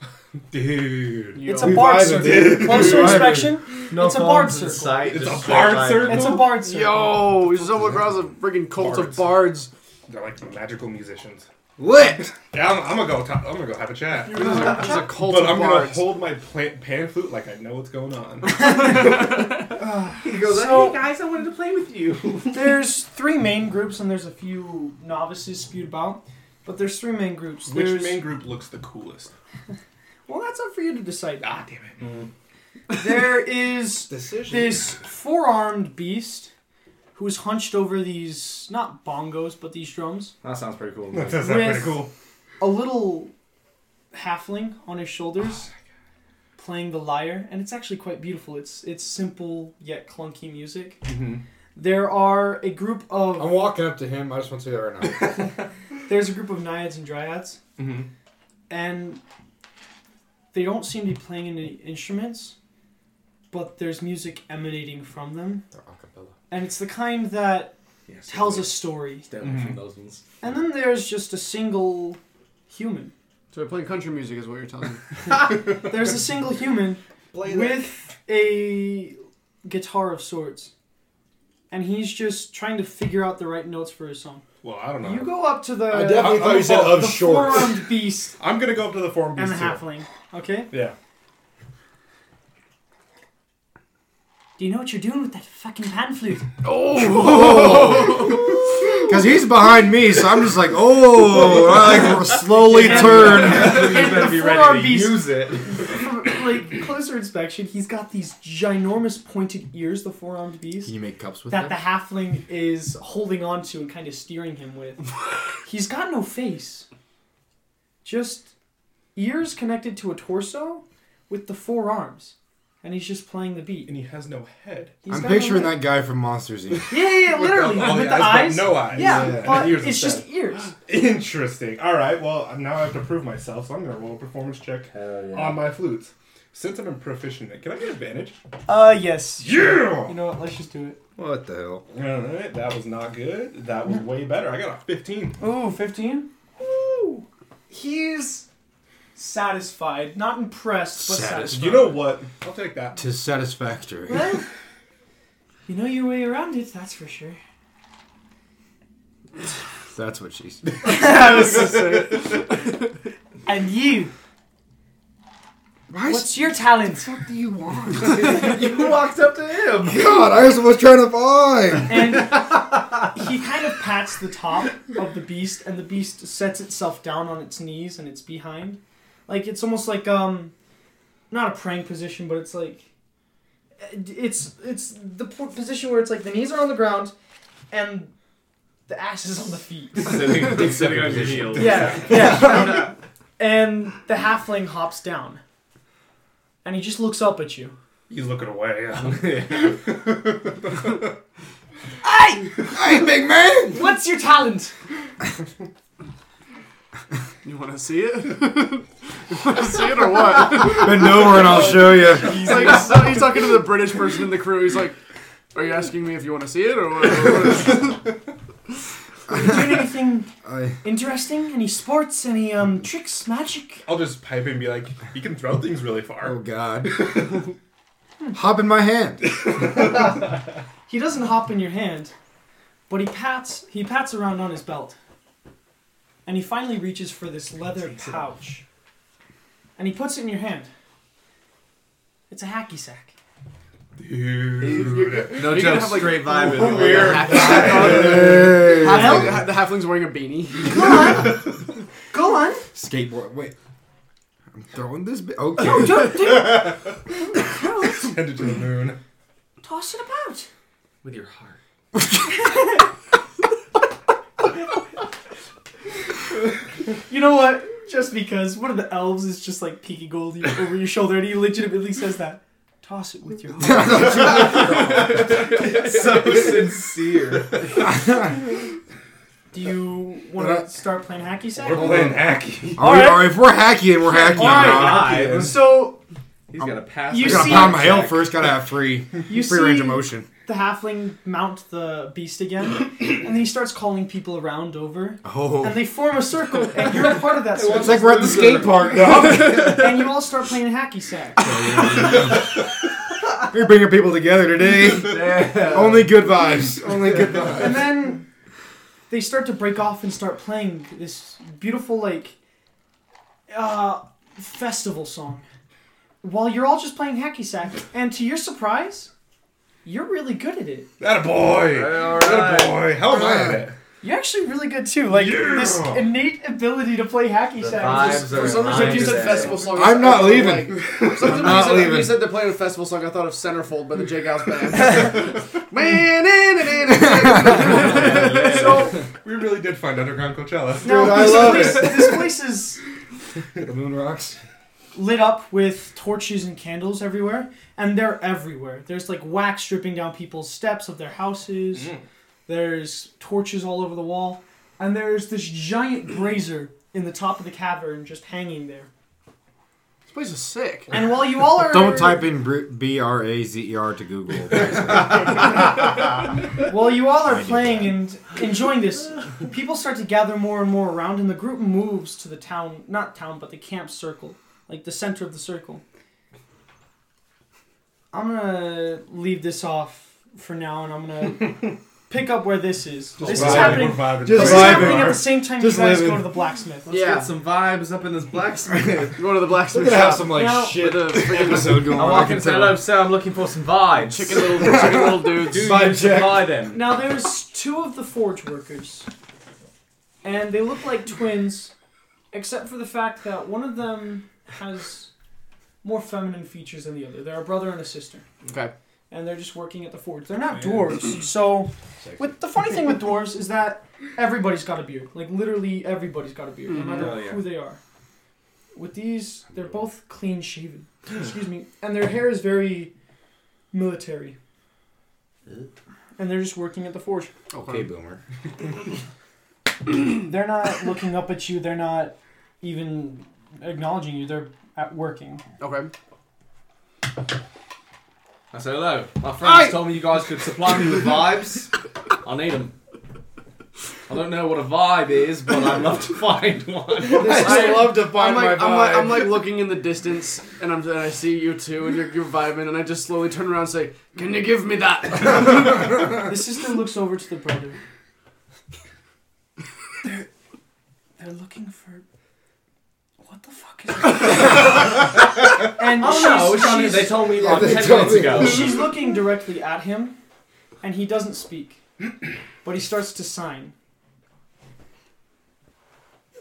Speaker 3: Dude.
Speaker 2: It's a
Speaker 1: Yo.
Speaker 2: bard
Speaker 1: Revive it,
Speaker 2: circle.
Speaker 1: dude.
Speaker 2: Closer
Speaker 1: Revive it.
Speaker 2: inspection.
Speaker 5: No
Speaker 2: It's a bard circle.
Speaker 3: It's a bard circle?
Speaker 2: It's a bard circle.
Speaker 4: Yo, someone across a freaking cult of bards.
Speaker 3: They're like magical musicians.
Speaker 1: lit.
Speaker 3: Yeah, I'm, I'm gonna go. Talk, I'm gonna go have a chat.
Speaker 4: There's a cult
Speaker 3: But
Speaker 4: of
Speaker 3: I'm gonna
Speaker 4: bards.
Speaker 3: hold my pla- pan flute like I know what's going on.
Speaker 5: He goes,
Speaker 2: So-
Speaker 5: hey guys, I wanted to play with you.
Speaker 2: There's three main groups, and there's a few novices spewed about. But there's three main groups.
Speaker 3: Which
Speaker 2: There's-
Speaker 3: main group looks the coolest?
Speaker 2: Well, that's up for you to decide.
Speaker 3: Ah, damn it.
Speaker 2: There is
Speaker 5: Decision.
Speaker 2: this four armed beast who's hunched over these, not bongos, but these drums.
Speaker 5: That sounds pretty cool.
Speaker 3: That sounds
Speaker 2: With-
Speaker 3: pretty cool.
Speaker 2: A little halfling on his
Speaker 5: Oh
Speaker 2: shoulders playing the lyre, and it's actually quite beautiful. It's, it's simple yet clunky music.
Speaker 5: Mm-hmm.
Speaker 2: There are a group
Speaker 1: I'm
Speaker 2: of
Speaker 1: walking up to him. I just want to say that right now.
Speaker 2: there's a group of naiads and dryads,
Speaker 3: Mm-hmm.
Speaker 2: and they don't seem to be playing any instruments, but there's music emanating from them,
Speaker 1: They're acapella.
Speaker 2: and it's the kind that
Speaker 5: Yes,
Speaker 2: tells a story.
Speaker 5: Definitely
Speaker 3: Mhm.
Speaker 5: from those ones.
Speaker 2: And then there's just a single human.
Speaker 4: So they're playing country music, is what you're telling me.
Speaker 2: There's a single human with a guitar of sorts. And he's just trying to figure out the right notes for his song.
Speaker 3: Well, I don't know.
Speaker 2: You go up to the,
Speaker 1: I definitely
Speaker 3: I'm-
Speaker 1: thought you
Speaker 3: I'm
Speaker 1: said
Speaker 3: full-
Speaker 1: of
Speaker 2: the
Speaker 1: short.
Speaker 2: four-armed beast
Speaker 3: I'm gonna go up to the forum
Speaker 2: and the
Speaker 3: beast too.
Speaker 2: halfling. Okay?
Speaker 3: Yeah.
Speaker 2: Do you know what you're doing with that fucking pan flute?
Speaker 1: Oh. Because he's behind me, so I'm just like, oh, I like slowly turn.
Speaker 5: you
Speaker 2: better be ready to
Speaker 5: use it.
Speaker 2: For, like, closer inspection, he's got these ginormous pointed ears, the four-armed beast.
Speaker 1: Can you make cups with that?
Speaker 2: that the halfling is holding on to and kind of steering him with. He's got no face. Just ears connected to a torso with the forearms. And he's just playing the beat.
Speaker 3: And he has no head.
Speaker 2: He's
Speaker 1: I'm
Speaker 2: got
Speaker 1: picturing
Speaker 2: no-
Speaker 1: that guy from Monsters Inc.
Speaker 2: Yeah, yeah, yeah literally. With the,
Speaker 3: all
Speaker 2: eyes.
Speaker 3: but no eyes.
Speaker 2: Yeah,
Speaker 1: Yeah.
Speaker 2: but
Speaker 3: And ears
Speaker 2: it's
Speaker 3: instead.
Speaker 2: just ears.
Speaker 3: Interesting. All right. Well, now I have to prove myself, so I'm gonna roll a performance check on my flutes. Since I'm proficient, in it, can I get advantage?
Speaker 2: Uh, yes.
Speaker 3: Yeah.
Speaker 2: You know what? Let's just do it.
Speaker 1: What the hell?
Speaker 3: All right. That was not good. That was way better. I got a 15.
Speaker 2: Ooh, 15? Ooh. He's satisfied. Not impressed, but
Speaker 1: Satis-
Speaker 2: satisfied.
Speaker 3: You know what? I'll take that.
Speaker 1: Tis satisfactory.
Speaker 2: Well, you know your way around it, that's for sure.
Speaker 1: That's what she's.
Speaker 2: And you,
Speaker 1: Why
Speaker 2: what's your talent?
Speaker 1: fuck do you want?
Speaker 5: you walked up to him.
Speaker 1: God, I was trying to find.
Speaker 2: And he kind of pats the top of the beast, and the beast sets itself down on its knees and its behind. Like, it's almost like, um, not a praying position, but it's like, it's, it's the po- position where it's like the knees are on the ground and the ass is on the feet.
Speaker 5: sitting, sitting on your heels.
Speaker 2: yeah, yeah. And the halfling hops down. And he just looks up at you.
Speaker 3: He's looking away. Yeah.
Speaker 1: Hey, big man!
Speaker 2: What's your talent?
Speaker 4: You want to see it? you want to see it or what?
Speaker 1: Bend over and I'll show you.
Speaker 4: He's like, so he's talking to the British person in the crew. He's like, "Are you asking me if you want to see it or what?"
Speaker 2: You doing anything
Speaker 1: I,
Speaker 2: interesting? Any sports? Any um tricks? Magic?
Speaker 3: I'll just pipe in and be like, he can throw things really
Speaker 1: oh
Speaker 3: far.
Speaker 1: God. Hop in my hand.
Speaker 2: He doesn't hop in your hand, but he pats he pats around on his belt. And he finally reaches for this leather pouch. And he puts it in your hand. It's a hacky sack.
Speaker 3: Dude.
Speaker 5: No
Speaker 4: You're gonna
Speaker 5: joke,
Speaker 4: have, like,
Speaker 5: straight vibe. is
Speaker 3: weird.
Speaker 5: like-
Speaker 1: Hey.
Speaker 4: Halfling, the halfling's wearing a beanie.
Speaker 2: Go on.
Speaker 1: Skateboard. Wait. I'm throwing this. Bi-
Speaker 2: No,
Speaker 1: okay.
Speaker 2: don't, don't,
Speaker 3: Headed to the moon.
Speaker 2: toss it about.
Speaker 5: With your heart.
Speaker 2: You know what? Just because one of the elves is just like peeking gold over your shoulder, and he legitimately says that. Toss it with your heart.
Speaker 5: so sincere.
Speaker 2: Do you want to start playing hacky sack?
Speaker 3: Uh, We're playing hacky.
Speaker 1: All
Speaker 2: Alright.
Speaker 1: right. If we're hacky and we're hacky,
Speaker 2: All right.
Speaker 1: bro.
Speaker 5: Alright.
Speaker 2: So
Speaker 5: He's got a pass.
Speaker 1: I
Speaker 2: You
Speaker 5: like a
Speaker 1: gotta
Speaker 2: see-
Speaker 1: pound my
Speaker 5: check.
Speaker 1: ale first. Gotta have free,
Speaker 2: you
Speaker 1: free
Speaker 2: see
Speaker 1: range of motion.
Speaker 2: the halfling mount the beast again, and then he starts calling people around over, and
Speaker 1: Oh,
Speaker 2: they form a circle, and you're a part of that
Speaker 1: it's
Speaker 2: circle,
Speaker 1: like we're at the skate park now.
Speaker 2: and you all start playing hacky sack.
Speaker 1: we're bringing people together today.
Speaker 5: Yeah.
Speaker 1: Only good vibes. Only good vibes.
Speaker 2: and then they start to break off and start playing this beautiful like uh, festival song while you're all just playing hacky sack and to your surprise you're really good at it
Speaker 3: That a boy.
Speaker 5: All
Speaker 3: That a
Speaker 5: right.
Speaker 3: boy. How am I at it?
Speaker 2: you're actually really good too like this
Speaker 3: Yeah.
Speaker 2: innate ability to play hacky sack is just-
Speaker 5: Vibes are
Speaker 4: For some reason,
Speaker 5: high
Speaker 4: you said
Speaker 5: today.
Speaker 4: festival song.
Speaker 1: I'm
Speaker 4: I
Speaker 1: not
Speaker 4: thought,
Speaker 1: leaving.
Speaker 4: like- for some reason,
Speaker 1: not
Speaker 4: you said- You
Speaker 1: leaving.
Speaker 4: said they're playing a festival song. I thought of Centerfold by the Jay Gals Band. Man, eh, eh, eh, eh.
Speaker 2: so
Speaker 3: We really did find underground Coachella.
Speaker 2: now
Speaker 1: Dude, I
Speaker 2: this,
Speaker 1: love
Speaker 2: place, this place is
Speaker 1: The moon rocks.
Speaker 2: lit up with torches and candles everywhere and they're everywhere there's like wax dripping down people's steps of their houses There's torches all over the wall, and there's this giant brazier in the top of the cavern just hanging there.
Speaker 4: this place is sick.
Speaker 2: And while you all are
Speaker 1: Don't type in br- B R A Z E R to Google.
Speaker 2: while you all
Speaker 1: I
Speaker 2: are
Speaker 1: do
Speaker 2: playing and enjoying this, people start to gather more and more around, and the group moves to the town, not town, but the camp circle, like the center of the circle. I'm gonna leave this off for now, and I'm gonna pick up where this is. This is
Speaker 3: Vibing,
Speaker 2: happening.
Speaker 3: we're vibing.
Speaker 1: Just
Speaker 2: This is
Speaker 1: vibing.
Speaker 2: happening at the same time
Speaker 1: Just
Speaker 2: you guys
Speaker 1: living.
Speaker 2: go to the blacksmith.
Speaker 5: Let's
Speaker 4: Yeah.
Speaker 5: get some vibes up in this blacksmith.
Speaker 4: You go to the blacksmith
Speaker 1: We're gonna have
Speaker 4: shop
Speaker 1: some like
Speaker 2: Now-
Speaker 1: shit
Speaker 4: with a freaking
Speaker 1: episode going
Speaker 5: I
Speaker 1: on.
Speaker 5: walk
Speaker 1: I
Speaker 5: in
Speaker 1: can
Speaker 5: and say,
Speaker 1: tell.
Speaker 5: hello, sir, I'm looking for some vibes.
Speaker 4: chicken little, chicken little dudes.
Speaker 5: Do
Speaker 1: Vibe
Speaker 5: you
Speaker 1: check.
Speaker 5: supply them?
Speaker 2: Now there's two of the forge workers, and they look like twins, except for the fact that one of them has more feminine features than the other. They're a brother and a sister,
Speaker 4: Okay.
Speaker 2: and they're just working at the forge. They're not dwarves, so with the funny thing with dwarves is that everybody's got a beard. Like literally everybody's got a beard, no matter
Speaker 5: Oh, yeah.
Speaker 2: who they are. With these, they're both clean shaven. Excuse me, and their hair is very military. And they're just working at the forge.
Speaker 4: Okay.
Speaker 5: boomer.
Speaker 2: They're not looking up at you. They're not even acknowledging you. They're at working.
Speaker 4: Okay.
Speaker 5: I said hello. My friends
Speaker 4: Aye.
Speaker 5: told me you guys could supply me with vibes. I need them. I don't know what a vibe is, but I'd love to find one.
Speaker 4: I
Speaker 1: love to find
Speaker 4: I'm like,
Speaker 1: my
Speaker 4: I'm like,
Speaker 1: vibe.
Speaker 4: I'm like looking in the distance, and I'm, and I see you two, and you're, you're vibing, and I just slowly turn around and say, "Can you give me that?"
Speaker 2: The sister looks over to the brother. They're, they're looking for. What the fuck is And
Speaker 5: Oh
Speaker 2: she's,
Speaker 5: no,
Speaker 2: she's,
Speaker 5: they told me like
Speaker 1: they
Speaker 5: 10
Speaker 1: told
Speaker 5: minutes
Speaker 1: me.
Speaker 5: ago.
Speaker 2: she's looking directly at him, and he doesn't speak. But he starts to sign.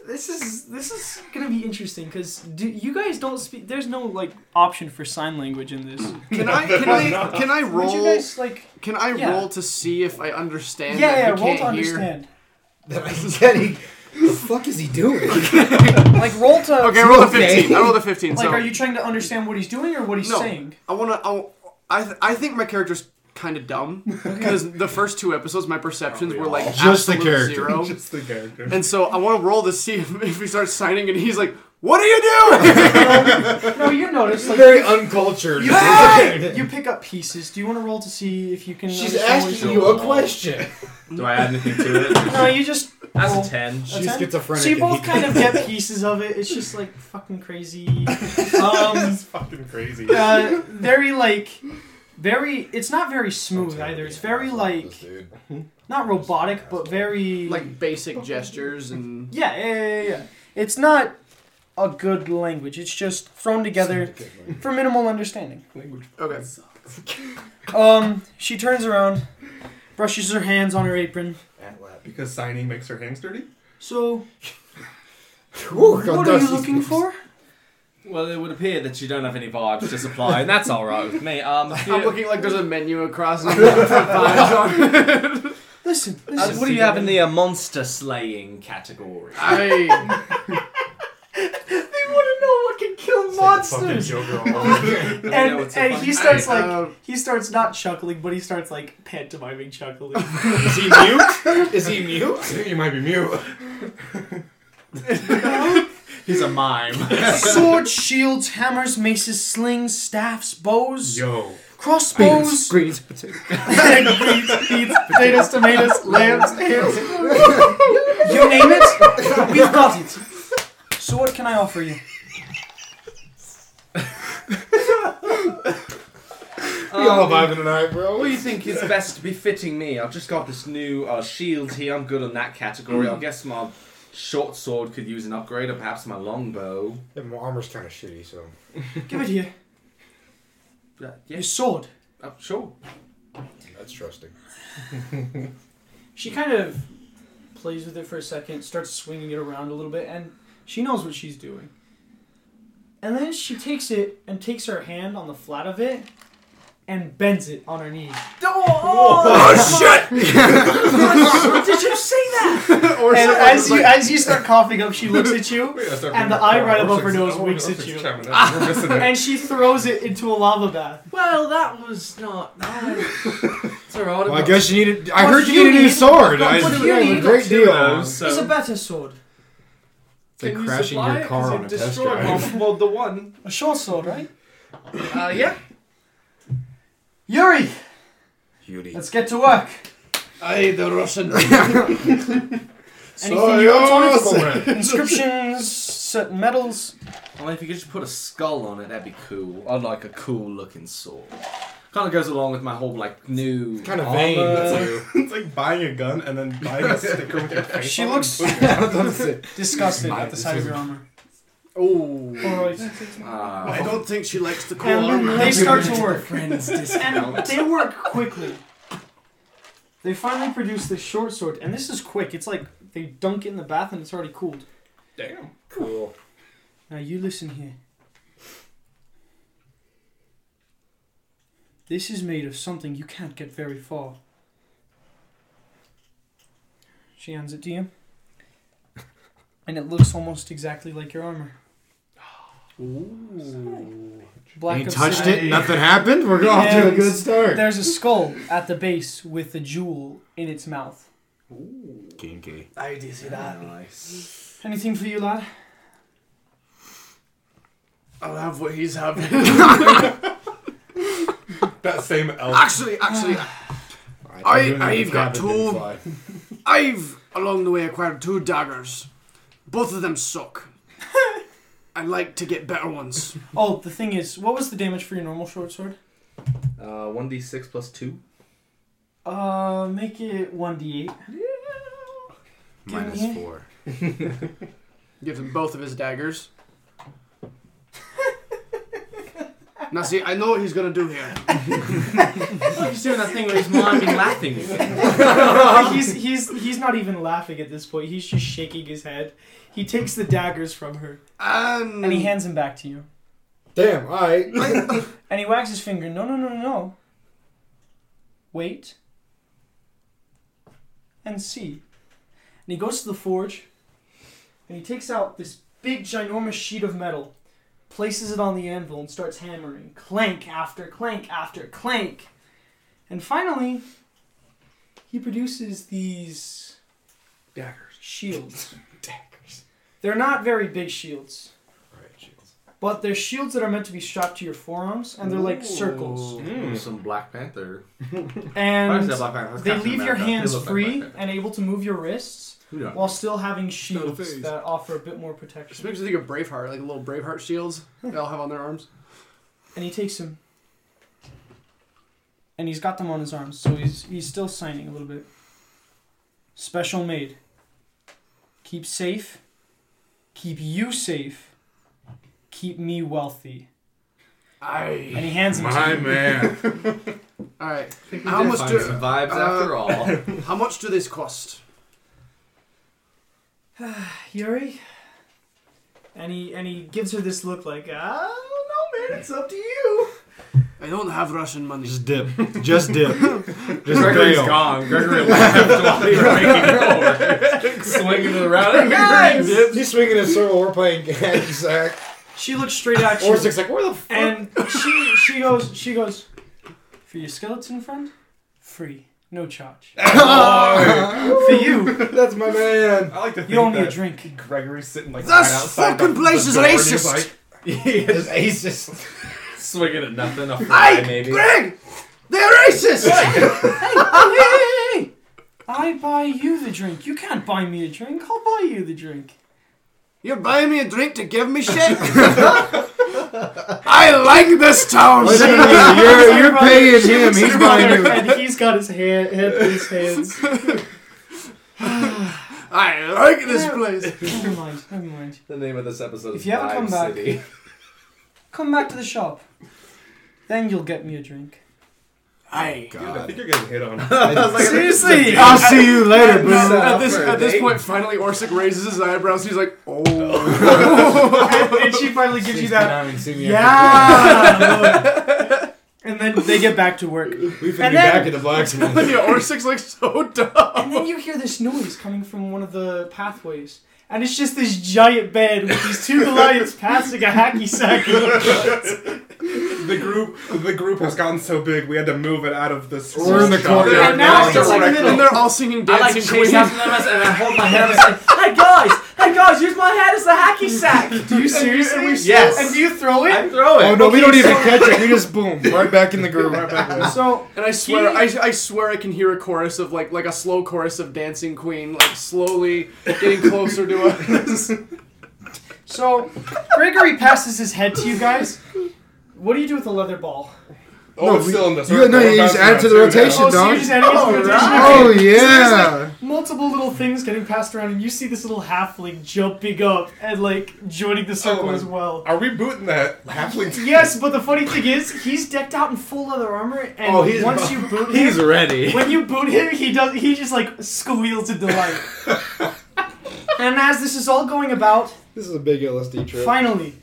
Speaker 2: This is this is gonna be interesting because you guys don't speak. There's no like option for sign language in this.
Speaker 4: Can I? Can I? Can I
Speaker 2: Would you
Speaker 4: roll?
Speaker 2: guys like?
Speaker 4: Can I
Speaker 2: Yeah.
Speaker 4: roll to see if I understand?
Speaker 2: Yeah,
Speaker 4: that
Speaker 2: yeah.
Speaker 4: he
Speaker 2: Roll
Speaker 4: can't
Speaker 2: to
Speaker 4: hear?
Speaker 2: understand.
Speaker 1: That I can-
Speaker 6: The fuck is he doing?
Speaker 2: Like roll to.
Speaker 4: Okay, I rolled a
Speaker 6: Okay.
Speaker 4: 15. I rolled a 15,
Speaker 2: Like,
Speaker 4: so...
Speaker 2: are you trying to understand what he's doing or what he's
Speaker 4: no,
Speaker 2: saying?
Speaker 4: I want to... I, th- I think my character's kind of dumb. Because the first two episodes, my perceptions were, like,
Speaker 1: Just the
Speaker 4: absolute
Speaker 1: character.
Speaker 4: zero.
Speaker 3: Just the character.
Speaker 4: And so I want to roll to see if, if he starts signing, and he's like, "What are you doing?"
Speaker 2: No, you notice. Like,
Speaker 6: Very uncultured.
Speaker 2: you, pick, you pick up pieces. Do you want to roll to see if you can?
Speaker 6: She's
Speaker 2: understand what
Speaker 6: asking
Speaker 2: he's-
Speaker 6: you a question.
Speaker 5: Do I add anything to it?
Speaker 2: No, you just. roll.
Speaker 5: That's a 10.
Speaker 2: That's
Speaker 6: She's
Speaker 2: it?
Speaker 6: schizophrenic.
Speaker 2: So you
Speaker 6: and he
Speaker 2: both kind
Speaker 6: can-
Speaker 2: of get pieces of it. It's just like fucking crazy. Um,
Speaker 3: It's fucking crazy.
Speaker 2: uh, very like, very. It's not very smooth either. It's very like not robotic, but very
Speaker 4: like basic gestures and
Speaker 2: yeah, yeah, yeah, yeah, yeah. It's not a good language. It's just thrown together for minimal understanding.
Speaker 4: okay.
Speaker 2: Um, she turns around, brushes her hands on her apron.
Speaker 3: Because signing makes her hands dirty?
Speaker 2: So,
Speaker 6: Ooh, God,
Speaker 2: what are you
Speaker 6: that's-
Speaker 2: looking for?
Speaker 5: Well, it would appear that you don't have any vibes to supply, and that's alright with me. Um,
Speaker 4: I'm looking like there's a menu across. And I'm looking for vibes on.
Speaker 2: Listen,
Speaker 5: uh,
Speaker 2: listen.
Speaker 5: what do you have in the uh, monster slaying category?
Speaker 4: I
Speaker 2: they want to know what can kill monsters.
Speaker 5: I know
Speaker 2: And,
Speaker 5: it's a
Speaker 2: and
Speaker 5: fun-
Speaker 2: he starts
Speaker 4: I,
Speaker 2: like
Speaker 4: uh,
Speaker 2: he starts not chuckling, but he starts like pantomiming chuckling.
Speaker 6: Is he mute? Is he mute?
Speaker 3: I think you might be mute.
Speaker 5: He's a mime.
Speaker 2: Swords, shields, hammers, maces, slings, staffs, bows,
Speaker 3: Yo.
Speaker 2: crossbows,
Speaker 6: Greens, potatoes.
Speaker 2: beans, beans, potatoes, tomatoes, lambs, hams. you name it, we've got it. So what can I offer you?
Speaker 6: We all vibing tonight, bro.
Speaker 5: What do you think is best befitting me? I've just got this new uh, shield here. I'm good on that category. I guess my short sword could use an upgrade, or perhaps my longbow.
Speaker 6: Yeah, my armor's kind of shitty, so.
Speaker 2: Give it here.
Speaker 5: Uh,
Speaker 2: Your
Speaker 5: yes,
Speaker 2: sword.
Speaker 5: uh, sure.
Speaker 6: That's trusting.
Speaker 2: She kind of plays with it for a second, starts swinging it around a little bit, and she knows what she's doing. And then she takes it and takes her hand on the flat of it and bends it on her knee.
Speaker 3: oh,
Speaker 2: Oh, shit! Did you say that?
Speaker 4: or
Speaker 2: And
Speaker 4: something
Speaker 2: as you
Speaker 4: like-
Speaker 2: as you start coughing up, she looks at you, And the eye right above her
Speaker 3: oh,
Speaker 2: nose winks at you.
Speaker 3: We're missing it.
Speaker 2: and she throws it into a lava bath.
Speaker 5: Well, that was not. it's alright.
Speaker 1: Well, I guess you needed. I
Speaker 2: What
Speaker 1: heard
Speaker 2: do
Speaker 1: you
Speaker 2: you
Speaker 1: needed a new
Speaker 2: need?
Speaker 1: sword.
Speaker 2: What
Speaker 1: I,
Speaker 2: do you
Speaker 1: yeah,
Speaker 2: need?
Speaker 1: great deal.
Speaker 2: It's
Speaker 5: uh,
Speaker 2: a better sword,
Speaker 1: Like
Speaker 4: Can you
Speaker 1: crashing
Speaker 4: supply
Speaker 1: your
Speaker 4: it?
Speaker 1: car
Speaker 4: 'Cause
Speaker 1: on
Speaker 4: it
Speaker 1: a test
Speaker 4: destroyed
Speaker 1: drive.
Speaker 4: my- Well, the one.
Speaker 2: a short sword, right?
Speaker 4: Uh, yeah.
Speaker 2: Yuri,
Speaker 6: Beauty.
Speaker 2: let's get to work.
Speaker 4: I the Russian.
Speaker 2: Anything you want on it? Inscriptions, certain metals.
Speaker 5: Well, if you could just put a skull on it, that'd be cool. I'd like a cool looking sword. Kind of goes along with my whole like new.
Speaker 6: Kind of
Speaker 5: armor.
Speaker 6: vain. That's
Speaker 3: It's like buying a gun and then buying a sticker with your face.
Speaker 2: She
Speaker 3: on it.
Speaker 2: looks
Speaker 6: it.
Speaker 2: disgusted at the
Speaker 6: This
Speaker 2: sight of
Speaker 6: is-
Speaker 2: your armor.
Speaker 4: Oh.
Speaker 2: Alright.
Speaker 5: Ah.
Speaker 4: I don't think she likes the cool
Speaker 2: And
Speaker 4: armor.
Speaker 2: they start to work.
Speaker 5: friends
Speaker 2: And
Speaker 5: discount.
Speaker 2: they work quickly. They finally produce this short sword, and this is quick. It's like they dunk it in the bath and it's already cooled.
Speaker 3: Damn.
Speaker 6: Cool.
Speaker 2: Now you listen here. This is made of something you can't get very far. She hands it to you. And it looks almost exactly like your armor. Black
Speaker 1: He touched
Speaker 2: obsidian.
Speaker 1: it. Nothing happened. We're off to a good start.
Speaker 2: There's a skull at the base with a jewel in its mouth.
Speaker 1: Kinky.
Speaker 4: I did see that.
Speaker 5: Nice.
Speaker 2: Anything for you, lad?
Speaker 4: I'll have what he's having.
Speaker 3: That same elf.
Speaker 4: actually, actually,
Speaker 6: I-
Speaker 4: I, I've got two. I've along the way acquired two daggers. Both of them suck. I like to get better ones.
Speaker 2: Oh, the thing is, what was the damage for your normal short sword?
Speaker 5: Uh, one d six plus two.
Speaker 2: Uh, make it 1d8.
Speaker 1: Minus
Speaker 2: Yeah.
Speaker 1: four.
Speaker 4: Gives him both of his daggers. now see, I know what he's gonna do here.
Speaker 5: he's doing that thing where he's miming laughing again.
Speaker 2: he's he's he's not even laughing at this point. He's just shaking his head. He takes the daggers from her
Speaker 4: Um,
Speaker 2: and he hands them back to you.
Speaker 6: Damn, alright.
Speaker 2: And he wags his finger. No, no, no, no, no. Wait. And see. And he goes to the forge and he takes out this big, ginormous sheet of metal, places it on the anvil, and starts hammering clank after clank after clank. And finally, he produces these
Speaker 4: Daggers.
Speaker 2: shields. They're not very big shields, but they're shields that are meant to be strapped to your forearms, and they're like circles.
Speaker 5: Some Black Panther. Hmm. I
Speaker 2: And
Speaker 5: said Black Panther. that's
Speaker 2: they
Speaker 5: Captain
Speaker 2: leave your
Speaker 5: America. They
Speaker 2: hands
Speaker 5: look like
Speaker 2: free
Speaker 5: Black Panther.
Speaker 2: and able to move your wrists
Speaker 5: Who knows?
Speaker 2: while still having shields
Speaker 4: phase.
Speaker 2: that offer a bit more
Speaker 4: This
Speaker 2: protection.
Speaker 4: makes me think of Braveheart, like little Braveheart shields they all have on their arms.
Speaker 2: And he takes them, and he's got them on his arms, so he's he's still signing a little bit. Special made. Keep safe. Keep you safe. Keep me wealthy.
Speaker 4: Aye.
Speaker 2: And he hands them to
Speaker 1: My
Speaker 2: you.
Speaker 1: man.
Speaker 4: All right.
Speaker 5: We
Speaker 4: How
Speaker 5: did
Speaker 4: much
Speaker 5: find
Speaker 4: do
Speaker 5: some vibes
Speaker 4: uh,
Speaker 5: after all?
Speaker 4: how much do these cost?
Speaker 2: Yuri. And he and he gives her this look like I don't know, man. It's up to you.
Speaker 4: I don't have Russian money.
Speaker 1: Just dip. Just dip. Just
Speaker 5: Gregory's
Speaker 1: bail.
Speaker 5: gone. Gregory left while they were making doors. swinging it around. Hey, guys!
Speaker 6: He's swinging in a circle. We're playing catch, Zach.
Speaker 2: She looks straight at you,
Speaker 6: Orzik's like, where the fuck?
Speaker 2: and she she goes she goes for your skeleton friend, free, no charge. for you,
Speaker 6: That's my man.
Speaker 3: I like to think
Speaker 2: you owe me a
Speaker 3: that
Speaker 2: drink.
Speaker 3: Gregory's sitting like
Speaker 4: This
Speaker 3: right outside
Speaker 4: fucking
Speaker 3: the-
Speaker 4: place
Speaker 3: the
Speaker 4: is
Speaker 3: door, and he's
Speaker 4: racist.
Speaker 3: like,
Speaker 6: It's aces.
Speaker 5: Swinging at nothing. A fly,
Speaker 4: Hey,
Speaker 5: maybe.
Speaker 4: Greg! They're racist!
Speaker 2: I buy you the drink. You can't buy me a drink. I'll buy you the drink.
Speaker 4: You're buying me a drink to give me shit? I like this town!
Speaker 1: Listen to me, You're, you're paying him.
Speaker 2: Looks
Speaker 1: He's
Speaker 2: around
Speaker 1: buying
Speaker 2: her
Speaker 1: you.
Speaker 2: and he's got his hand, head in his hands.
Speaker 4: I like this place.
Speaker 2: never mind. Never mind.
Speaker 5: The name of this episode is
Speaker 2: If you haven't
Speaker 5: Vibe
Speaker 2: come back-
Speaker 5: City.
Speaker 2: Come back to the shop. Then you'll get me a drink.
Speaker 4: Aye.
Speaker 3: I think you're getting hit on.
Speaker 2: Seriously?
Speaker 1: I'll see you later, boo.
Speaker 5: No.
Speaker 4: at, this, at this
Speaker 5: Date.
Speaker 4: point, finally, Orsic raises his eyebrows. He's like, oh.
Speaker 2: and, and she finally gives you that.
Speaker 6: 69 and see me
Speaker 2: Yeah. look. and then they get back to work.
Speaker 6: after- We finna be
Speaker 2: And then-
Speaker 6: back at the blacksmith.
Speaker 4: yeah, Orsic's like so dumb.
Speaker 2: And then you hear this noise coming from one of the pathways. And it's just this giant bed with these two Goliaths passing a hacky sack.
Speaker 3: The group, the group has gotten so big, we had to move it out of this.
Speaker 6: We're in the
Speaker 3: shop.
Speaker 6: courtyard
Speaker 3: They're
Speaker 2: now, it's just like
Speaker 3: directly-
Speaker 2: middle.
Speaker 4: And they're all singing
Speaker 5: I like
Speaker 4: Dancing
Speaker 5: chase
Speaker 4: Queen.
Speaker 5: after them as, and I hold my head up and say,
Speaker 2: Hey guys! Hey guys, use my hand as a hacky sack! Do you seriously?
Speaker 5: Yes.
Speaker 2: And do you throw it?
Speaker 5: I throw it.
Speaker 1: Oh, no, we don't even catch it. We just boom. Right back in the groove. Right back in
Speaker 2: So
Speaker 4: And I swear, I,
Speaker 2: He-
Speaker 4: I swear I can hear a chorus of like like a slow chorus of Dancing Queen, like slowly getting closer to us.
Speaker 2: so Gregory passes his head to you guys. What do you do with the leather ball?
Speaker 3: Oh,
Speaker 1: No,
Speaker 3: it's
Speaker 1: we-
Speaker 3: still in the.
Speaker 1: you-
Speaker 3: circle.
Speaker 1: no,
Speaker 3: We're
Speaker 1: you just
Speaker 3: bouncing
Speaker 1: add to the
Speaker 3: around too now.
Speaker 1: rotation.
Speaker 2: Oh, so
Speaker 1: dog.
Speaker 2: you're just adding it to the rotation. Okay.
Speaker 1: Oh, yeah.
Speaker 2: multiple little things getting passed around, and you see this little halfling jumping up and like joining the circle
Speaker 3: my-
Speaker 2: as well.
Speaker 3: Oh, Are we booting that halfling?
Speaker 2: Yes, but the funny thing is, he's decked out in full leather armor, and
Speaker 6: Oh, he's-
Speaker 2: once you boot him,
Speaker 5: He's ready.
Speaker 2: when you boot him, he does he just like squeals in delight. and as this is all going about,
Speaker 6: This is a big LSD trip.
Speaker 2: finally,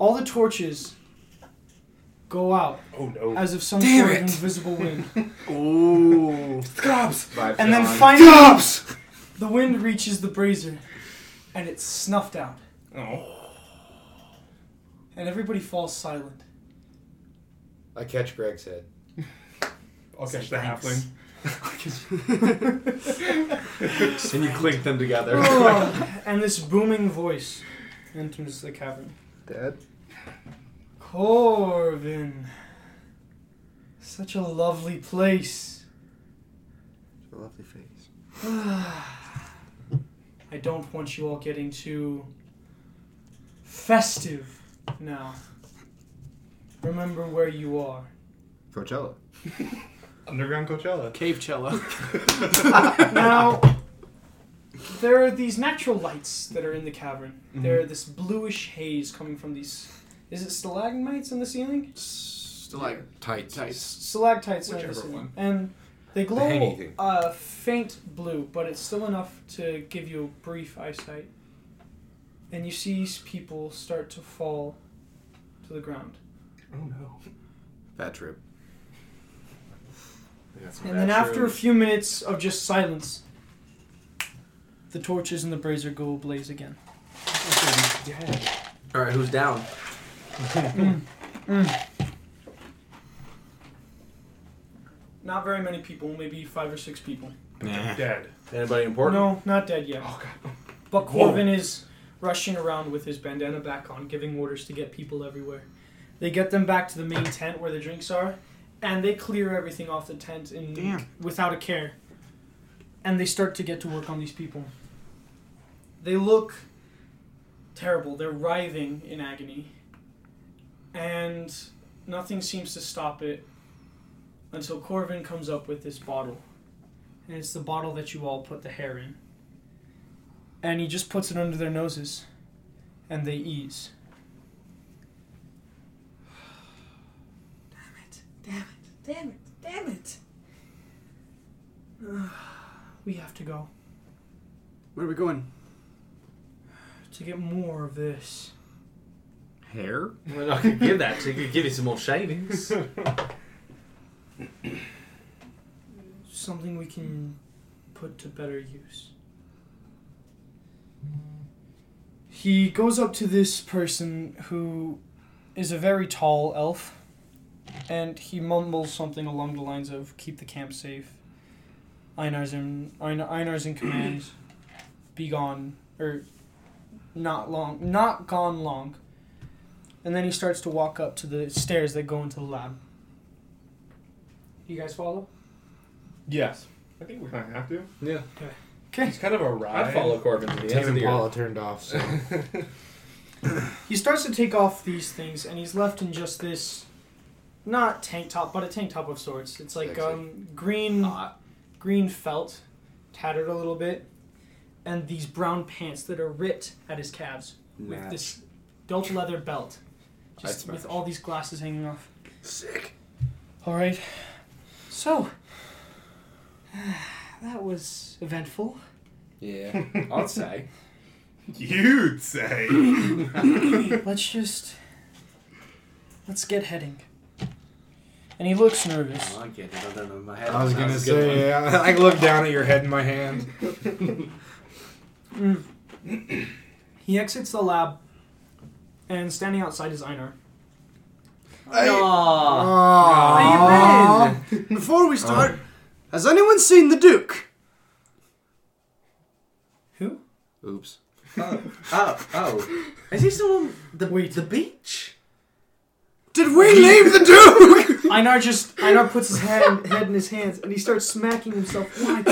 Speaker 2: all the torches go out
Speaker 3: Oh no.
Speaker 2: as if some
Speaker 1: Damn
Speaker 2: sort
Speaker 1: it.
Speaker 2: of invisible wind.
Speaker 4: Ooh.
Speaker 5: Vibes
Speaker 2: And then
Speaker 5: on.
Speaker 2: finally, the wind reaches the brazier, and it's snuffed out,
Speaker 3: Oh.
Speaker 2: and everybody falls silent.
Speaker 6: I catch Greg's head.
Speaker 3: I'll catch the halfling.
Speaker 5: and you clink them together.
Speaker 1: Oh.
Speaker 2: and this booming voice enters the cavern.
Speaker 6: Dad?
Speaker 2: Corvin, such a lovely place.
Speaker 6: A lovely face.
Speaker 2: I don't want you all getting too festive now. Remember where you are.
Speaker 6: Coachella.
Speaker 3: Underground Coachella.
Speaker 4: Cave cello.
Speaker 2: Now, there are these natural lights that are in the cavern. There are this bluish haze coming from these. Is it stalagmites in the ceiling?
Speaker 4: Still like
Speaker 6: Tight.
Speaker 4: tight.
Speaker 2: Stalactites are in the
Speaker 3: Whichever
Speaker 2: ceiling.
Speaker 3: one.
Speaker 2: And they glow
Speaker 6: hangy thing.
Speaker 2: uh, faint blue, but it's still enough to give you a brief eyesight. And you see these people start to fall to the ground.
Speaker 3: Oh no.
Speaker 6: Bad trip.
Speaker 5: That's
Speaker 2: And then after a few minutes of just silence, The torches and the brazier go ablaze again.
Speaker 5: All right, who's down?
Speaker 2: Not very many people, maybe five or six people.
Speaker 1: Nah.
Speaker 3: Dead.
Speaker 5: Anybody important?
Speaker 2: No, not dead yet.
Speaker 3: Oh god.
Speaker 2: But
Speaker 3: Whoa.
Speaker 2: Corvin is rushing around with his bandana back on, giving orders to get people everywhere. They get them back to the main tent where the drinks are, and they clear everything off the tent in,
Speaker 1: Damn.
Speaker 2: without a care. And they start to get to work on these people. They look terrible. They're writhing in agony. And nothing seems to stop it until Corvin comes up with this bottle. And it's the bottle that you all put the hair in and he just puts it under their noses and they ease. Damn it, damn it, damn it, damn it. we have to go
Speaker 4: Where are we going?
Speaker 2: to get more of this.
Speaker 1: Hair?
Speaker 5: Well, I could give that to you. Give you some more shavings.
Speaker 2: Something we can put to better use. He goes up to this person who is a very tall elf, and he mumbles something along the lines of "Keep the camp safe." Einar's in Ein- Einar's in command. Be gone, or not long, not gone long. And then he starts to walk up to the stairs that go into the lab. You guys follow?
Speaker 3: Yes. I think we're gonna have to.
Speaker 5: yeah,
Speaker 2: Okay.
Speaker 3: It's kind of a ride.
Speaker 5: I'd follow Corbin to the end of
Speaker 6: Tame
Speaker 5: the earth.
Speaker 6: Impala turned off, so.
Speaker 2: He starts to take off these things, and he's left in just this, not tank top, but a tank top of sorts. It's like
Speaker 6: Sexy.
Speaker 2: um, green,
Speaker 5: Hot.
Speaker 2: green felt, tattered a little bit, and these brown pants that are ripped at his calves with this dope leather belt,
Speaker 6: I'd
Speaker 2: just
Speaker 6: smash.
Speaker 2: with all these glasses hanging off.
Speaker 5: Sick.
Speaker 2: All right, so that was eventful.
Speaker 5: Yeah, I'd say.
Speaker 3: You'd say.
Speaker 2: let's just let's get heading. And he looks nervous.
Speaker 5: Oh, I get it. I don't know my head.
Speaker 6: I was
Speaker 5: That
Speaker 6: gonna
Speaker 5: a good
Speaker 6: say,
Speaker 1: uh,
Speaker 6: yeah, I look down at your head in my hand.
Speaker 2: He exits the lab, and standing outside is Einar.
Speaker 5: one. Aw.
Speaker 2: Aw.
Speaker 5: Amen.
Speaker 4: Before we start, has anyone seen the Duke?
Speaker 2: Who?
Speaker 6: Oops.
Speaker 5: Oh, oh. Is he still on the
Speaker 2: Wait.
Speaker 5: the beach?
Speaker 4: Did we leave the Duke?
Speaker 2: Einar just Einar puts his hand, head in his hands, and he starts smacking himself. Why?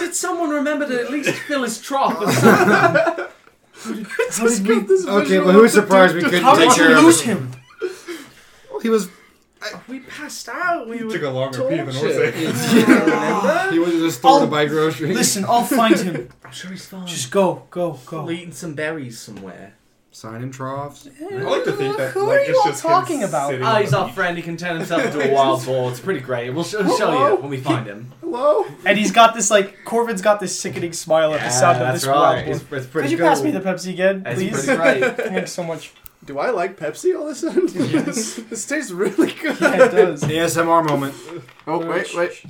Speaker 5: Did someone remember to at least fill his trough? or something?
Speaker 2: How did we,
Speaker 1: Okay, but who's surprised we couldn't
Speaker 2: how
Speaker 1: take
Speaker 2: did
Speaker 1: care
Speaker 2: you
Speaker 1: of
Speaker 2: lose
Speaker 1: it?
Speaker 2: him?
Speaker 1: Well, He was.
Speaker 5: we passed out. We
Speaker 3: You
Speaker 5: were
Speaker 3: took a longer pee than
Speaker 5: tortured.
Speaker 3: Orsic.
Speaker 6: He went to the store
Speaker 2: Oh.
Speaker 6: to buy groceries.
Speaker 2: Listen, I'll find him.
Speaker 5: I'm sure he's fine.
Speaker 2: Just go, go, go.
Speaker 5: We're eating some berries somewhere.
Speaker 6: Sign in troughs.
Speaker 3: I like to think that.
Speaker 2: Who are
Speaker 3: like, it's
Speaker 2: you all
Speaker 3: just him
Speaker 2: talking about?
Speaker 3: sitting
Speaker 5: Oh,
Speaker 3: on
Speaker 5: he's
Speaker 3: the
Speaker 5: our
Speaker 3: beach.
Speaker 5: friend. He can turn himself into a wild boar. It's pretty great. We'll show, show you when we find him.
Speaker 6: Hello?
Speaker 2: And he's got this like Corvin's got this sickening smile at the sound of this wild
Speaker 5: It's,
Speaker 2: one.
Speaker 5: it's pretty
Speaker 2: Could you
Speaker 5: cool.
Speaker 2: pass me the Pepsi again,
Speaker 5: It's
Speaker 2: please?
Speaker 5: pretty great.
Speaker 2: Thanks so much.
Speaker 4: Do I like Pepsi all of a sudden?
Speaker 2: Yes.
Speaker 4: this tastes really good.
Speaker 2: Yeah, it does.
Speaker 1: ASMR moment.
Speaker 4: Oh, wait, wait.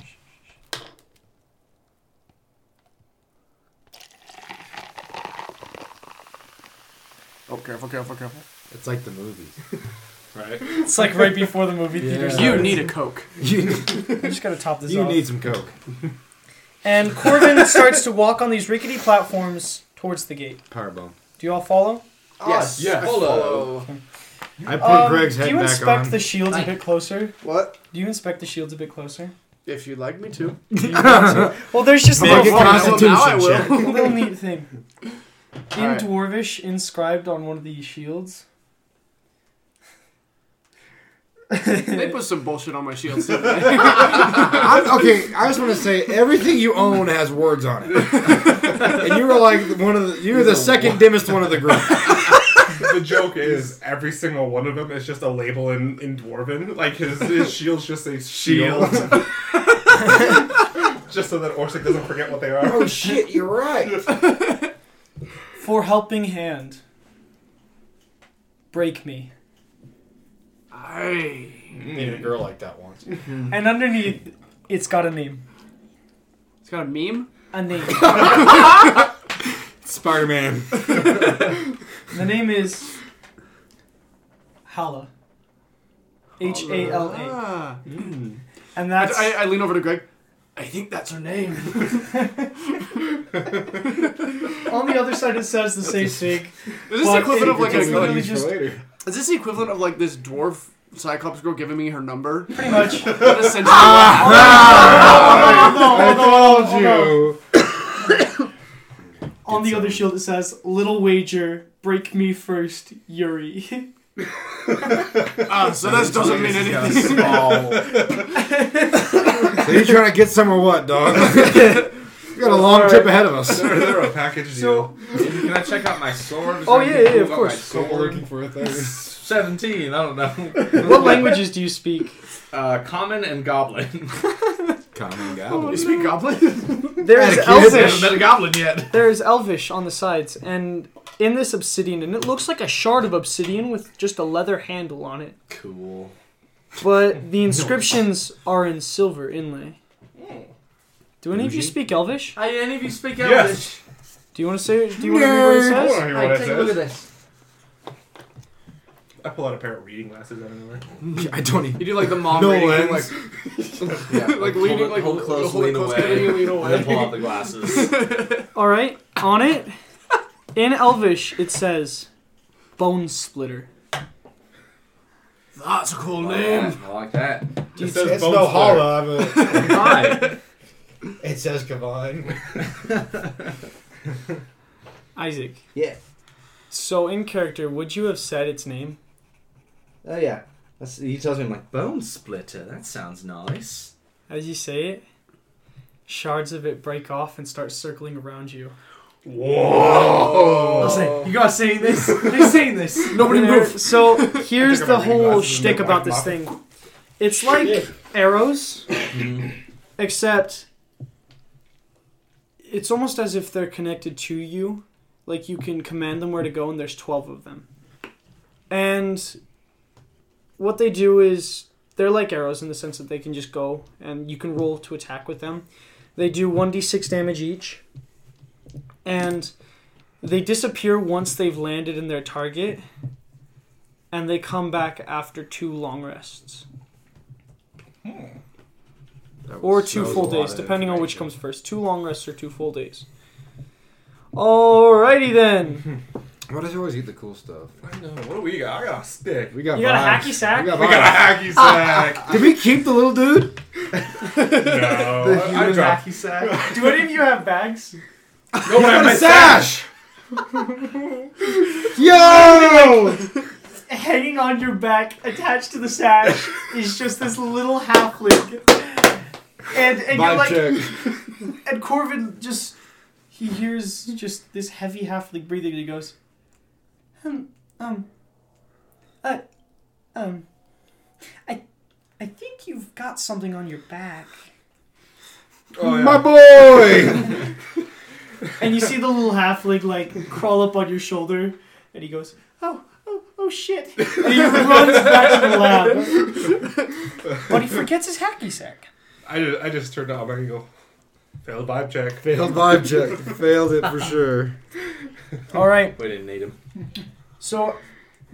Speaker 4: Oh, careful, careful, careful.
Speaker 6: It's like the movies.
Speaker 5: Right.
Speaker 2: It's like right before the movie theater.
Speaker 6: Yeah.
Speaker 2: starts.
Speaker 4: You need a Coke.
Speaker 6: You,
Speaker 2: I just gotta top this
Speaker 6: you
Speaker 2: off.
Speaker 6: need some Coke.
Speaker 2: and Corvin starts to walk on these rickety platforms towards the gate.
Speaker 6: Powerbomb.
Speaker 2: Do you all follow?
Speaker 4: Yes.
Speaker 5: yeah.
Speaker 4: I
Speaker 5: Follow.
Speaker 6: I put
Speaker 2: Um,
Speaker 6: Greg's
Speaker 2: do
Speaker 6: head
Speaker 2: you
Speaker 6: back
Speaker 2: inspect
Speaker 6: on.
Speaker 2: the shields a bit closer?
Speaker 4: What?
Speaker 2: Do you inspect the shields a bit closer?
Speaker 4: If you'd like me to.
Speaker 2: Well, there's just a
Speaker 6: Make a
Speaker 2: little,
Speaker 4: Well,
Speaker 6: constitution
Speaker 4: now I
Speaker 6: check.
Speaker 4: will.
Speaker 2: little neat thing. In
Speaker 4: Alright.
Speaker 2: Dwarvish, inscribed on one of these shields.
Speaker 4: they put some bullshit on my shields. didn't
Speaker 6: I'm, okay, I just want to say everything you own has words on it, and you were like one of the you were the second dimmest one of the group.
Speaker 3: The joke is every single one of them is just a label in, in dwarven. Like his, his shields just say shield. just so that Orsic doesn't forget what they are.
Speaker 6: Oh shit, you're right.
Speaker 2: For helping hand. Break me.
Speaker 4: they? Aye.
Speaker 6: Dated a girl like that once.
Speaker 2: And underneath, it's got a name.
Speaker 4: It's got a meme.
Speaker 2: A name.
Speaker 6: Spider Man.
Speaker 2: The name is Hala. H A L A.
Speaker 4: Ah.
Speaker 2: And
Speaker 4: I,
Speaker 2: that's
Speaker 4: I, I lean over to Greg. I think that's her name.
Speaker 2: on the other side. It says the same thing.
Speaker 4: Is this the
Speaker 2: Well,
Speaker 4: equivalent of
Speaker 2: it-
Speaker 4: like
Speaker 2: it's
Speaker 4: a,
Speaker 2: literally
Speaker 4: like-
Speaker 2: just
Speaker 3: later.
Speaker 4: Is this the equivalent of like this dwarf Cyclops girl giving me her number?
Speaker 2: pretty much.
Speaker 4: That essentially what-
Speaker 6: I told you.
Speaker 2: On the other shield, it says "Little wager, break me first, Yuri."
Speaker 4: Ah, so this doesn't mean anything.
Speaker 6: So you trying to get somewhere? What, dog? we got a long trip ahead of us.
Speaker 3: They're, they're a package
Speaker 2: So-
Speaker 3: deal.
Speaker 5: Can I check out my sword? Is
Speaker 2: Oh,
Speaker 5: there
Speaker 2: yeah, yeah,
Speaker 5: anything cool
Speaker 2: of
Speaker 5: about
Speaker 2: course.
Speaker 5: my
Speaker 3: Still
Speaker 5: sword?
Speaker 3: working for a thing.
Speaker 5: Seventeen. I don't know.
Speaker 2: what languages do you speak?
Speaker 5: Uh, common and goblin.
Speaker 6: Common goblin.
Speaker 4: You speak goblin?
Speaker 2: There is
Speaker 6: Atticus.
Speaker 5: I haven't
Speaker 2: Elvish.
Speaker 5: met a goblin yet.
Speaker 2: There is Elvish on the sides, and in this obsidian, and it looks like a shard of obsidian with just a leather handle on it.
Speaker 5: Cool.
Speaker 2: But the inscriptions are in silver inlay. Do any of you speak Elvish?
Speaker 5: Hey, any of you speak Elvish?
Speaker 3: Yes.
Speaker 2: Do you want to say? Do you want to read what it
Speaker 3: I want
Speaker 2: says?
Speaker 3: to hear
Speaker 5: Hey,
Speaker 3: what it
Speaker 5: take a look at
Speaker 3: says.
Speaker 5: this.
Speaker 3: I pull out a pair of reading glasses out of nowhere.
Speaker 6: I don't even.
Speaker 4: You do like the mom
Speaker 6: No
Speaker 4: reading thing,
Speaker 6: lens.
Speaker 4: like,
Speaker 5: Yeah,
Speaker 4: like leaning,
Speaker 5: hold, it-
Speaker 4: like
Speaker 5: hold close,
Speaker 4: hold it
Speaker 5: lean
Speaker 4: close,
Speaker 5: away,
Speaker 4: kinda lean
Speaker 5: and then pull
Speaker 4: away.
Speaker 5: out the glasses.
Speaker 2: All right, on it in Elvish it says bone splitter.
Speaker 4: That's Ah, a cool
Speaker 5: Yeah,
Speaker 4: name.
Speaker 5: I like that.
Speaker 3: It
Speaker 2: It's-
Speaker 3: says bone hollow.
Speaker 5: Hi.
Speaker 6: It says Kavon.
Speaker 2: Isaac.
Speaker 7: Yeah.
Speaker 2: So in character, would you have said its name?
Speaker 7: Oh yeah.
Speaker 5: That's, he tells me I'm like bone splitter. That sounds nice.
Speaker 2: As you say it, shards of it break off and start circling around you.
Speaker 3: Whoa.
Speaker 5: Oh.
Speaker 2: I'll say, you gotta say this. They're saying this.
Speaker 4: Nobody
Speaker 2: They're-
Speaker 4: move.
Speaker 2: So here's
Speaker 3: I took
Speaker 2: the
Speaker 3: out my reading
Speaker 2: whole
Speaker 3: glasses and
Speaker 2: shtick
Speaker 3: made
Speaker 2: about
Speaker 3: my
Speaker 2: this
Speaker 3: mouth-
Speaker 2: thing. It's like arrows,
Speaker 3: Mm-hmm.
Speaker 2: except it's almost as if they're connected to you. Like you can command them where to go, and there's 12 of them. And what they do is they're like arrows in the sense that they can just go and you can roll to attack with them. They do 1d6 damage each. And they disappear once they've landed in their target. And they come back after two long rests. Or two full days, depending on which comes first. Two long rests or two full days. Alrighty then.
Speaker 6: Why does he always eat the cool stuff?
Speaker 3: I know. What do we got? I got a stick.
Speaker 6: We got.
Speaker 2: You got a
Speaker 6: vibes.
Speaker 2: hacky sack?
Speaker 6: We got
Speaker 3: We
Speaker 6: vibes.
Speaker 3: got a hacky sack.
Speaker 6: Did we keep the little dude?
Speaker 3: no. I dropped.
Speaker 5: hacky sack.
Speaker 2: Do any of you have bags?
Speaker 3: No, I have my
Speaker 6: Sash. Yo!
Speaker 2: Hanging on your back, attached to the sash, is just this little halfling. And and you're
Speaker 6: Vibe
Speaker 2: like
Speaker 6: check.
Speaker 2: and Corvin just he hears just this heavy halfling breathing and he goes Um um uh, um I I think you've got something on your back.
Speaker 3: Oh,
Speaker 6: My boy.
Speaker 2: And you see the little halfling like crawl up on your shoulder, and he goes, "Oh, oh, oh, shit!" And he runs back to the lab, but he forgets his hacky sack.
Speaker 3: I just, I just turned on my heel. Failed vibe check.
Speaker 6: Failed vibe check. Failed it for sure.
Speaker 2: All right.
Speaker 5: We didn't need him.
Speaker 2: So,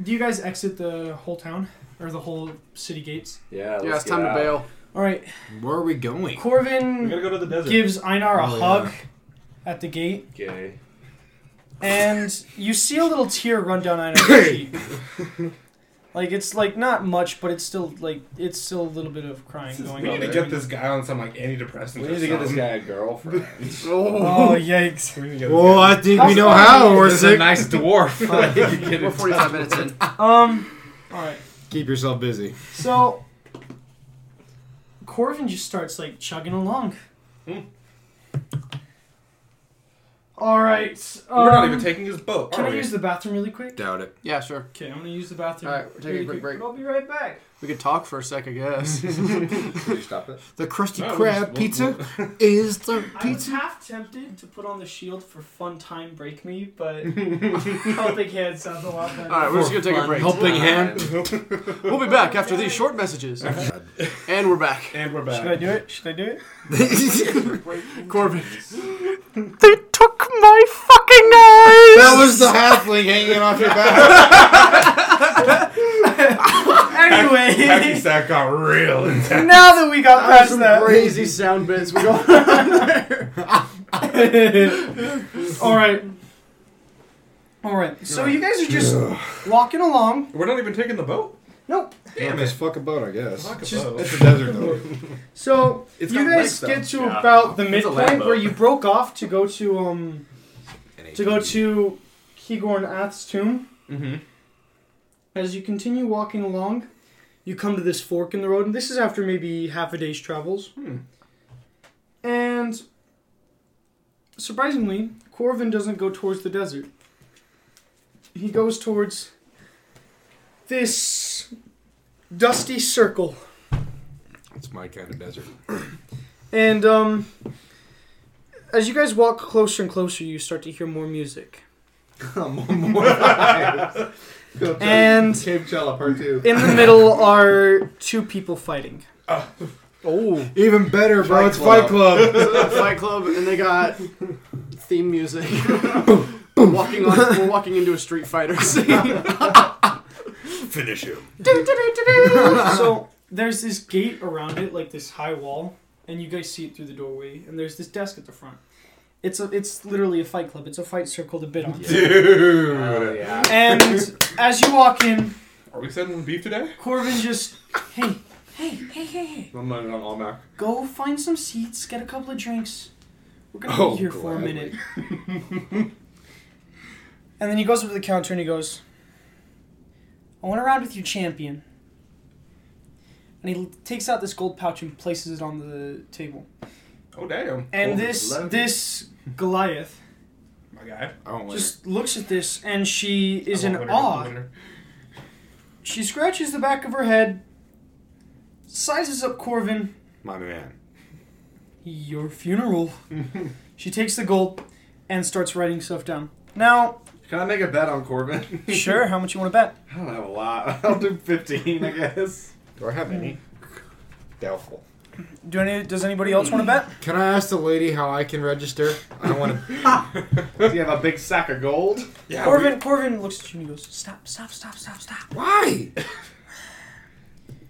Speaker 2: do you guys exit the whole town or the whole city gates?
Speaker 5: Yeah.
Speaker 4: Yeah,
Speaker 5: let's
Speaker 4: it's time
Speaker 5: get
Speaker 4: to
Speaker 5: out.
Speaker 4: bail.
Speaker 2: All right.
Speaker 6: Where are we going?
Speaker 3: We
Speaker 2: Corvin
Speaker 3: gotta go to the desert.
Speaker 2: gives Einar a
Speaker 6: Oh,
Speaker 2: hug at the gate,
Speaker 5: Okay.
Speaker 2: and you see a little tear run down Einar's cheek. Like it's like not much, but it's still like it's still a little bit of crying going
Speaker 3: we
Speaker 2: on.
Speaker 3: need to
Speaker 2: there.
Speaker 3: get this guy on some like antidepressants.
Speaker 5: We need to get this
Speaker 3: or
Speaker 5: guy a girlfriend.
Speaker 4: Oh.
Speaker 2: Oh yikes!
Speaker 3: something. We need to get
Speaker 6: Well,
Speaker 3: this
Speaker 6: I think we
Speaker 2: How's
Speaker 6: know
Speaker 2: it-
Speaker 6: how. and We're
Speaker 5: There's a
Speaker 6: sick.
Speaker 5: nice dwarf. that you can get
Speaker 4: We're
Speaker 5: in
Speaker 4: 45 minutes in.
Speaker 2: Um. All right.
Speaker 6: Keep yourself busy.
Speaker 2: So Corvin just starts like chugging along.
Speaker 3: Hmm.
Speaker 2: All right.
Speaker 3: guy. We're not
Speaker 2: um,
Speaker 3: even taking his boat.
Speaker 2: Can
Speaker 3: are
Speaker 2: I
Speaker 3: we?
Speaker 2: use the bathroom really quick?
Speaker 6: Doubt it.
Speaker 4: Yeah, sure.
Speaker 2: Okay, I'm gonna use the bathroom.
Speaker 4: All right, we're taking a
Speaker 2: really
Speaker 4: quick break.
Speaker 2: but I'll be right back.
Speaker 4: We could talk for a sec, I guess.
Speaker 5: Can you stop it?
Speaker 6: The crusty
Speaker 3: No, we'll
Speaker 6: crab
Speaker 3: just-
Speaker 6: pizza is the
Speaker 2: I was
Speaker 6: pizza.
Speaker 2: half tempted to put on the shield for fun time break me, but helping hand sounds a lot better.
Speaker 4: All right, we're just gonna take a break.
Speaker 6: Helping hand.
Speaker 4: We'll be back after these short messages.
Speaker 6: God
Speaker 1: dead.
Speaker 4: And we're back.
Speaker 3: And we're
Speaker 2: Should I
Speaker 3: back.
Speaker 2: do it? Should I do it?
Speaker 4: Corbin.
Speaker 2: They took my fucking eyes.
Speaker 6: That was the halfling hanging off your back.
Speaker 3: Hacky
Speaker 2: Anyway,
Speaker 3: Sack got real intense.
Speaker 2: now that we got past
Speaker 4: Some
Speaker 2: that,
Speaker 4: crazy sound bits. We go.
Speaker 2: all right, all right. So you guys are just walking along.
Speaker 3: We're not even taking the boat?
Speaker 2: Nope.
Speaker 6: Damn it. Fuck a boat, I guess.
Speaker 3: Fuck uh, a boat.
Speaker 6: It's a desert though.
Speaker 2: So
Speaker 5: It's
Speaker 2: you
Speaker 5: got
Speaker 2: guys
Speaker 5: legs, though.
Speaker 2: get to
Speaker 5: Yeah.
Speaker 2: about the
Speaker 5: It's a
Speaker 2: midpoint
Speaker 5: Lambo.
Speaker 2: where you broke off to go to um to go to Kigorn Ath's tomb.
Speaker 3: Mm-hmm.
Speaker 2: As you continue walking along, you come to this fork in the road, and this is after maybe half a day's travels.
Speaker 3: Hmm.
Speaker 2: And surprisingly, Corvin doesn't go towards the desert. He goes towards this dusty circle.
Speaker 6: It's my kind of desert.
Speaker 2: And um, as you guys walk closer and closer, you start to hear more music. And
Speaker 5: Cave Chella Part 2.
Speaker 2: in the middle are two people fighting.
Speaker 4: oh.
Speaker 6: Even better, bro.
Speaker 5: Fight
Speaker 6: it's Fight Club.
Speaker 4: Fight Club, and they got theme music. walking on, we're walking into a Street Fighter scene.
Speaker 6: Finish him.
Speaker 2: so there's this gate around it, like this high wall, and you guys see it through the doorway. And there's this desk at the front. It's a, it's literally a fight club. It's a fight circle to bid on.
Speaker 3: Dude.
Speaker 5: Oh, yeah.
Speaker 2: And as you walk in,
Speaker 3: Are we sending beef today?
Speaker 2: Corvin just, hey, hey, hey, hey, hey,
Speaker 5: I'm running on all Mac.
Speaker 2: go find some seats, get a couple of drinks. We're gonna
Speaker 6: Oh,
Speaker 2: be here for a
Speaker 6: gladly.
Speaker 2: minute. and then he goes up to the counter and he goes, I want to round with your champion. And he l- takes out this gold pouch and places it on the table.
Speaker 3: Oh, damn.
Speaker 2: And
Speaker 5: Gold
Speaker 2: this
Speaker 5: leather.
Speaker 2: this Goliath
Speaker 3: My guy.
Speaker 6: I don't like
Speaker 2: just looks at this and she is
Speaker 3: I
Speaker 2: in
Speaker 3: want winner,
Speaker 2: awe.
Speaker 3: winner.
Speaker 2: She scratches the back of her head, sizes up Corvin,
Speaker 6: my man.
Speaker 2: your funeral. she takes the gold and starts writing stuff down. Now,
Speaker 5: Can I make a bet on Corbin?
Speaker 2: sure, how much you want to bet?
Speaker 5: I don't have a lot. I'll do 15, I guess.
Speaker 6: Do I have any? Doubtful.
Speaker 2: Do any? Does anybody else want to bet?
Speaker 6: Can I ask the lady how I can register? I don't want to.
Speaker 5: Do you have a big sack of gold?
Speaker 6: Yeah.
Speaker 2: Corvin, Corvin looks at you and he goes, "Stop! Stop! Stop! Stop! Stop!
Speaker 6: we- Why?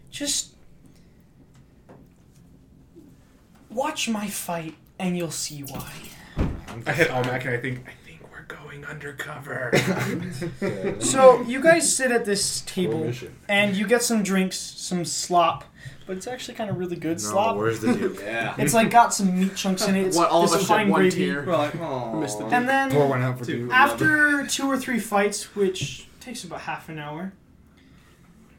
Speaker 2: Just watch my fight, and you'll see why."
Speaker 3: I hit all Mac and I think, I think we're going undercover.
Speaker 2: So you guys sit at this table
Speaker 6: Mission.
Speaker 2: and you get some drinks, some slop, but it's actually kind of really good
Speaker 6: No,
Speaker 2: slop.
Speaker 6: where's the dude?
Speaker 5: Yeah.
Speaker 2: It's like got some meat chunks in it. It's
Speaker 4: what all of
Speaker 2: this
Speaker 4: us
Speaker 2: fine
Speaker 4: shed one
Speaker 2: gravy.
Speaker 4: tear.
Speaker 5: We're like, oh.
Speaker 4: Missed the-
Speaker 2: And then
Speaker 6: Pour one out for you.
Speaker 2: After two or three fights, which takes about half an hour,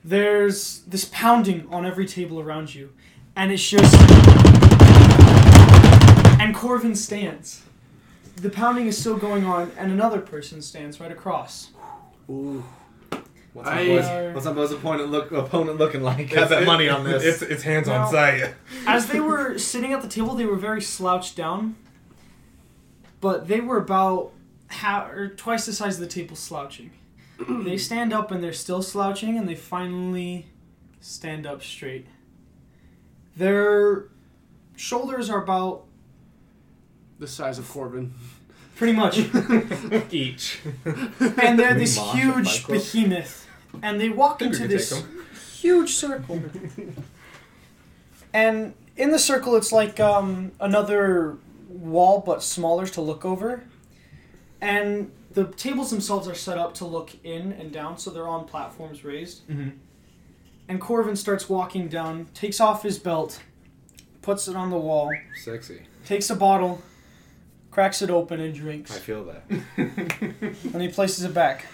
Speaker 2: there's this pounding on every table around you, and it's just. And Corvin stands. The pounding is still going on, and another person stands right across.
Speaker 5: What's my,
Speaker 4: I-
Speaker 5: boy's, what's my boy's opponent, look, opponent looking like? Got
Speaker 3: It's-
Speaker 5: that
Speaker 3: it-
Speaker 5: money on this.
Speaker 3: It's, it's hands
Speaker 2: No.
Speaker 3: on sight.
Speaker 2: As they were sitting at the table, they were very slouched down, but they were about ha- or twice the size of the table slouching. they stand up and they're still slouching, and they finally stand up straight. Their shoulders are about
Speaker 4: the size of Corbin.
Speaker 2: pretty much,
Speaker 5: each.
Speaker 2: and they're this
Speaker 6: Mosh at Fight
Speaker 2: huge
Speaker 6: Club.
Speaker 2: behemoth, and they walk
Speaker 3: Tinder
Speaker 2: into
Speaker 3: can
Speaker 2: this
Speaker 3: take
Speaker 2: huge circle. and in the circle, it's like um, another wall, but smaller to look over. And the tables themselves are set up to look in and down, so they're on platforms raised.
Speaker 3: Mhm.
Speaker 2: And Corvin starts walking down, takes off his belt, puts it on the wall,
Speaker 6: Sexy.
Speaker 2: takes a bottle, cracks it open, and drinks.
Speaker 6: I feel that.
Speaker 2: And he places it back.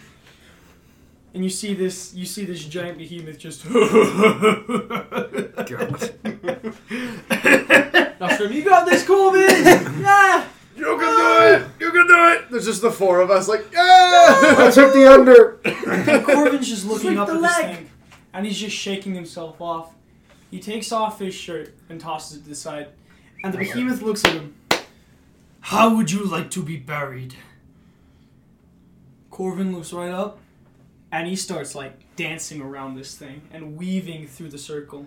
Speaker 2: And you see this, you see this giant behemoth just.
Speaker 6: God.
Speaker 2: Now scream, you got this, Ah! Corbin! yeah!
Speaker 4: You can do it! You can do it! There's just the four of us, like, yeah!
Speaker 6: I took the under.
Speaker 2: And Corbin's just looking
Speaker 4: Sweep
Speaker 2: up
Speaker 4: the
Speaker 2: at this
Speaker 4: leg.
Speaker 2: thing, and he's just shaking himself off. He takes off his shirt and tosses it to the side, and the behemoth looks at him. How would you like to be buried? Corvin looks right up, and he starts like dancing around this thing and weaving through the circle.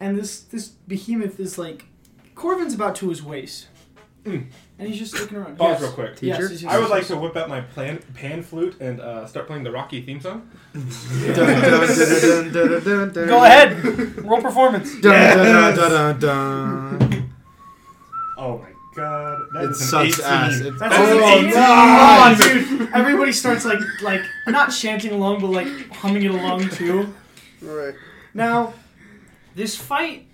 Speaker 2: and this this behemoth is like, Corvin's about to his waist, and he's just looking around.
Speaker 3: Hmm. Pause
Speaker 2: Yes.
Speaker 3: real quick.
Speaker 2: Yes,
Speaker 6: Teacher?
Speaker 2: yes, yes,
Speaker 3: I would
Speaker 2: yes,
Speaker 3: like
Speaker 2: yes.
Speaker 3: to whip out my plan, pan flute and uh, start playing the Rocky theme song.
Speaker 2: Go ahead, roll performance.
Speaker 3: Oh my god. That
Speaker 6: It
Speaker 3: is an
Speaker 6: sucks
Speaker 3: 18.
Speaker 6: ass. It-
Speaker 2: That's
Speaker 3: Oh,
Speaker 2: an
Speaker 3: no.
Speaker 2: 18. Oh, dude. Everybody starts like like not chanting along, but like humming it along too.
Speaker 4: Right.
Speaker 2: Now, this fight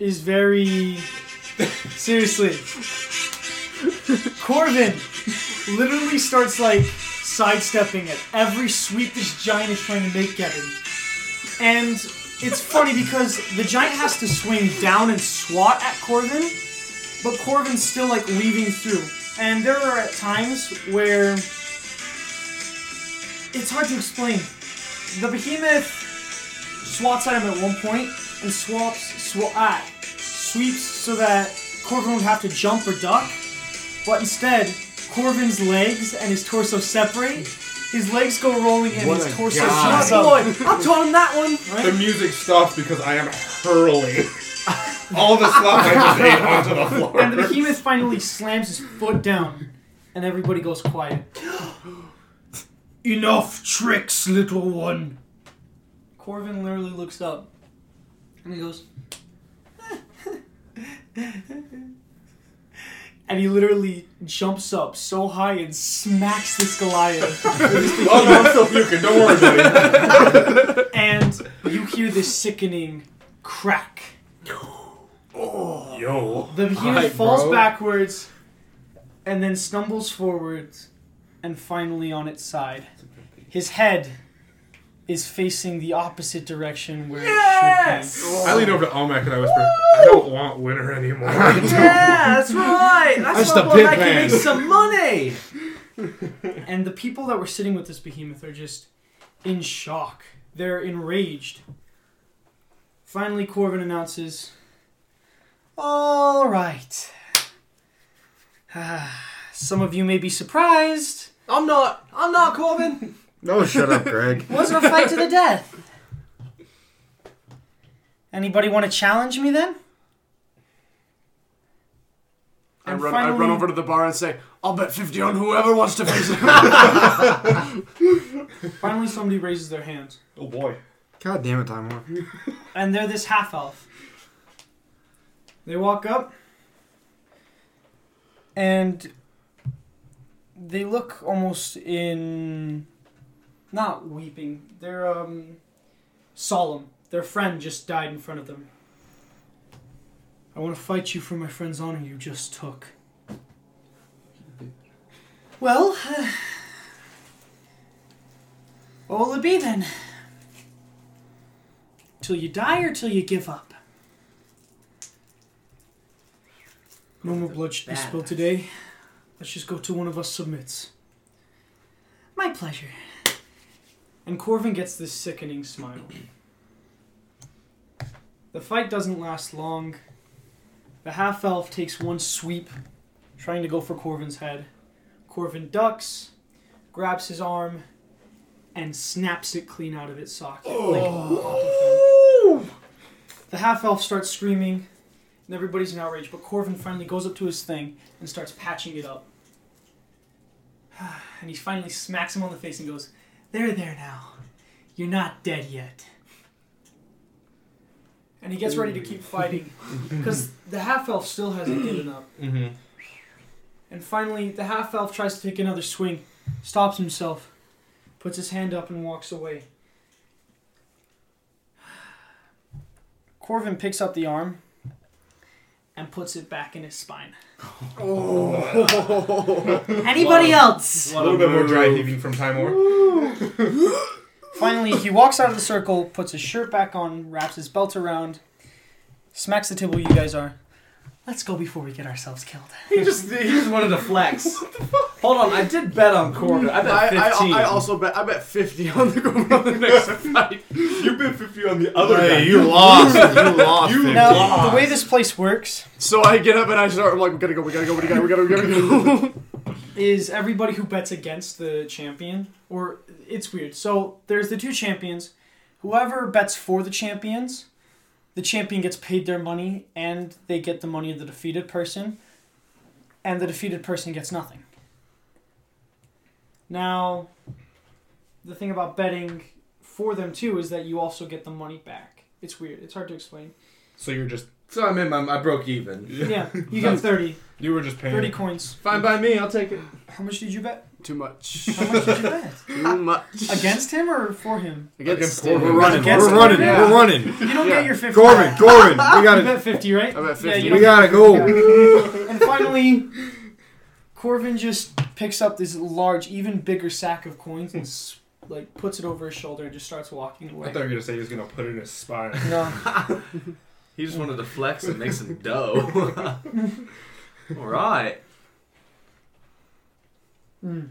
Speaker 2: is very seriously. Corvin literally starts like sidestepping at every sweep this giant is trying to make at him, and it's funny because the giant has to swing down and swat at Corvin, but Corvin's still like weaving through. And there are at times where it's hard to explain. The behemoth swats at him at one point and swaps sw- ah, sweeps so that Corvin would have to jump or duck. But instead, Corvin's legs and his torso separate. His legs go rolling and
Speaker 6: What
Speaker 2: his
Speaker 6: a
Speaker 2: torso
Speaker 6: guy.
Speaker 2: shoots up. I taught him that one.
Speaker 3: The music stops because I am hurling. All the slop I just ate onto the floor.
Speaker 2: And the behemoth finally slams his foot down, and everybody goes quiet. Enough tricks, little one. Corvin literally looks up, and he goes, and he literally jumps up so high and smacks this Goliath.
Speaker 3: Oh, no, I'm still puking. Don't worry, buddy.
Speaker 2: and you hear this sickening crack.
Speaker 3: Yo.
Speaker 2: The behemoth
Speaker 6: Hi,
Speaker 2: falls
Speaker 6: bro.
Speaker 2: backwards and then stumbles forwards and finally on its side. His head is facing the opposite direction where it should be.
Speaker 3: I lean over to Almac and I whisper, I don't want winter anymore.
Speaker 5: Yeah, that's right.
Speaker 6: That's
Speaker 5: That's
Speaker 6: the
Speaker 5: why Bob
Speaker 6: pit
Speaker 5: I can
Speaker 6: man.
Speaker 5: make some money.
Speaker 2: And the people that were sitting with this behemoth are just in shock. They're enraged. Finally, Corvin announces All right. Ah, Some of you may be surprised.
Speaker 5: I'm not. I'm not Corbin.
Speaker 6: No, shut up, Greg.
Speaker 2: Wasn't a fight to the death. Anybody want to challenge me then?
Speaker 4: I
Speaker 2: And
Speaker 4: run, I run
Speaker 2: finally-
Speaker 4: over to the bar and say, I'll bet 50 on whoever wants to face it.
Speaker 2: Finally, somebody raises their hand.
Speaker 3: oh boy.
Speaker 6: God damn it, Time Warp.
Speaker 2: And they're this half elf. They walk up. And they look almost in. Not weeping. They're, um. solemn. Their friend just died in front of them. I want to fight you for my friend's honor you just took. Well. what will it be then? Till you die or till you give up? No more blood should be spilled today. Let's just go to one of us submits. My pleasure. And Corvin gets this sickening smile. The fight doesn't last long. The half elf takes one sweep, trying to go for Corvin's head. Corvin ducks, grabs his arm, and snaps it clean out of its socket. Like, the half elf starts screaming, and everybody's in outrage. But Corvin finally goes up to his thing and starts patching it up. And he finally smacks him on the face and goes, There, there now. You're not dead yet. And he gets ready to keep fighting because the half elf still hasn't given up.
Speaker 3: Mhm.
Speaker 2: And finally, the half elf tries to take another swing, stops himself, puts his hand up, and walks away. Corvin picks up the arm and puts it back in his spine. Anybody else?
Speaker 3: Oh. A little bit more dry heaving from Time War.
Speaker 2: Finally, he walks out of the circle, puts his shirt back on, wraps his belt around, smacks the table you guys are. Let's go before we get ourselves killed.
Speaker 5: He just. He just wanted to flex. Hold on. I did bet on Corbin. I bet
Speaker 4: I,
Speaker 5: fifteen.
Speaker 4: I, I also bet I bet 50 on the, on the next fight.
Speaker 3: You've been 50 on the other
Speaker 6: Hey,
Speaker 3: day.
Speaker 6: you lost. You lost.
Speaker 3: You
Speaker 6: dude.
Speaker 2: Now,
Speaker 3: Wow.
Speaker 2: the way this place works
Speaker 4: So I get up and I start, I'm like, we gotta go, we gotta go, we gotta go, we gotta go, we gotta go.
Speaker 2: is everybody who bets against the champion, or it's weird. So there's the two champions. Whoever bets for the champions the champion gets paid their money and they get the money of the defeated person, and the defeated person gets nothing. Now, the thing about betting for them too is that you also get the money back. It's weird. It's hard to explain.
Speaker 3: So you're just
Speaker 5: So I'm in my, I broke even.
Speaker 3: Yeah.
Speaker 2: Yeah, you get 30.
Speaker 3: you were just paying.
Speaker 2: 30 coins.
Speaker 5: Fine by me, I'll take it.
Speaker 2: How much did you bet?
Speaker 4: Too much.
Speaker 2: How much did you bet?
Speaker 4: Too much.
Speaker 2: Against him or for him?
Speaker 4: Against
Speaker 5: Against
Speaker 4: We're
Speaker 5: him.
Speaker 4: running.
Speaker 2: Against
Speaker 4: we're
Speaker 2: him.
Speaker 4: running.
Speaker 2: Yeah.
Speaker 6: We're running.
Speaker 2: You don't
Speaker 4: Yeah.
Speaker 2: get your 50.
Speaker 6: Gorin, Gorin. We
Speaker 2: You
Speaker 6: gotta,
Speaker 2: bet 50, right?
Speaker 4: I bet
Speaker 2: Yeah,
Speaker 4: 50.
Speaker 2: you
Speaker 6: we
Speaker 2: don't-
Speaker 6: gotta go.
Speaker 2: and finally, Corvin just picks up this large, even bigger sack of coins and s- like puts it over his shoulder and just starts walking
Speaker 3: I
Speaker 2: away.
Speaker 3: thought you were gonna say he was gonna put it in his spine.
Speaker 2: No,
Speaker 5: He just wanted to flex and make some dough. All right.
Speaker 2: Mm.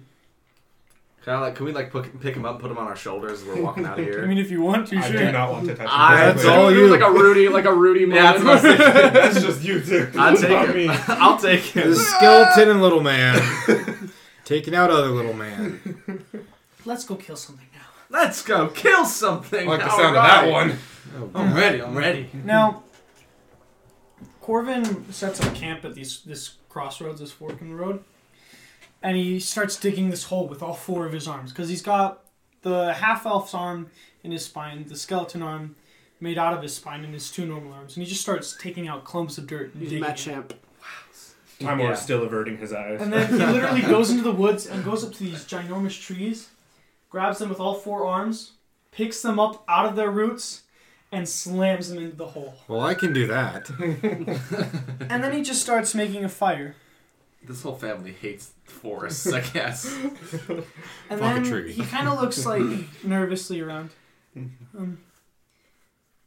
Speaker 5: Can I like? Can we like pick, pick him up, and put him on our shoulders as we're walking out of
Speaker 2: I
Speaker 5: here?
Speaker 2: mean if you want to,
Speaker 3: I
Speaker 2: sure.
Speaker 3: do not want to touch him.
Speaker 5: I-
Speaker 3: That's
Speaker 5: That's
Speaker 3: all.
Speaker 5: all.
Speaker 4: It was like a Rudy, like a Rudy
Speaker 5: Yeah,
Speaker 4: moment.
Speaker 5: that's what I said.
Speaker 3: That's just you too.
Speaker 5: I'll
Speaker 3: Not
Speaker 5: take
Speaker 3: me.
Speaker 5: him. I'll take him.
Speaker 6: The skeleton and little man taking out other little man.
Speaker 2: Let's go kill something now.
Speaker 5: Let's go kill something.
Speaker 3: I like the
Speaker 5: All
Speaker 3: sound of
Speaker 5: right.
Speaker 3: that one.
Speaker 2: Oh,
Speaker 6: Oh,
Speaker 5: I'm ready. I'm ready.
Speaker 2: Now, Corvin sets up camp at these this crossroads, this fork in the road, and he starts digging this hole with all four of his arms because he's got the half elf's arm in his spine, the skeleton arm made out of his spine, and his two normal arms, and he just starts taking out clumps of dirt and
Speaker 4: He's
Speaker 2: digging.
Speaker 4: Matt
Speaker 2: it.
Speaker 4: Champ.
Speaker 3: Time Lord's
Speaker 5: Yeah.
Speaker 3: still averting his eyes.
Speaker 2: And then he literally goes into the woods and goes up to these ginormous trees, grabs them with all four arms, picks them up out of their roots, and slams them into the hole.
Speaker 6: Well, I can do that.
Speaker 2: And then he just starts making a fire.
Speaker 5: This whole family hates forests, I guess.
Speaker 2: And
Speaker 6: Fuck a
Speaker 2: then
Speaker 6: tree.
Speaker 2: he kind of looks like nervously around. Um,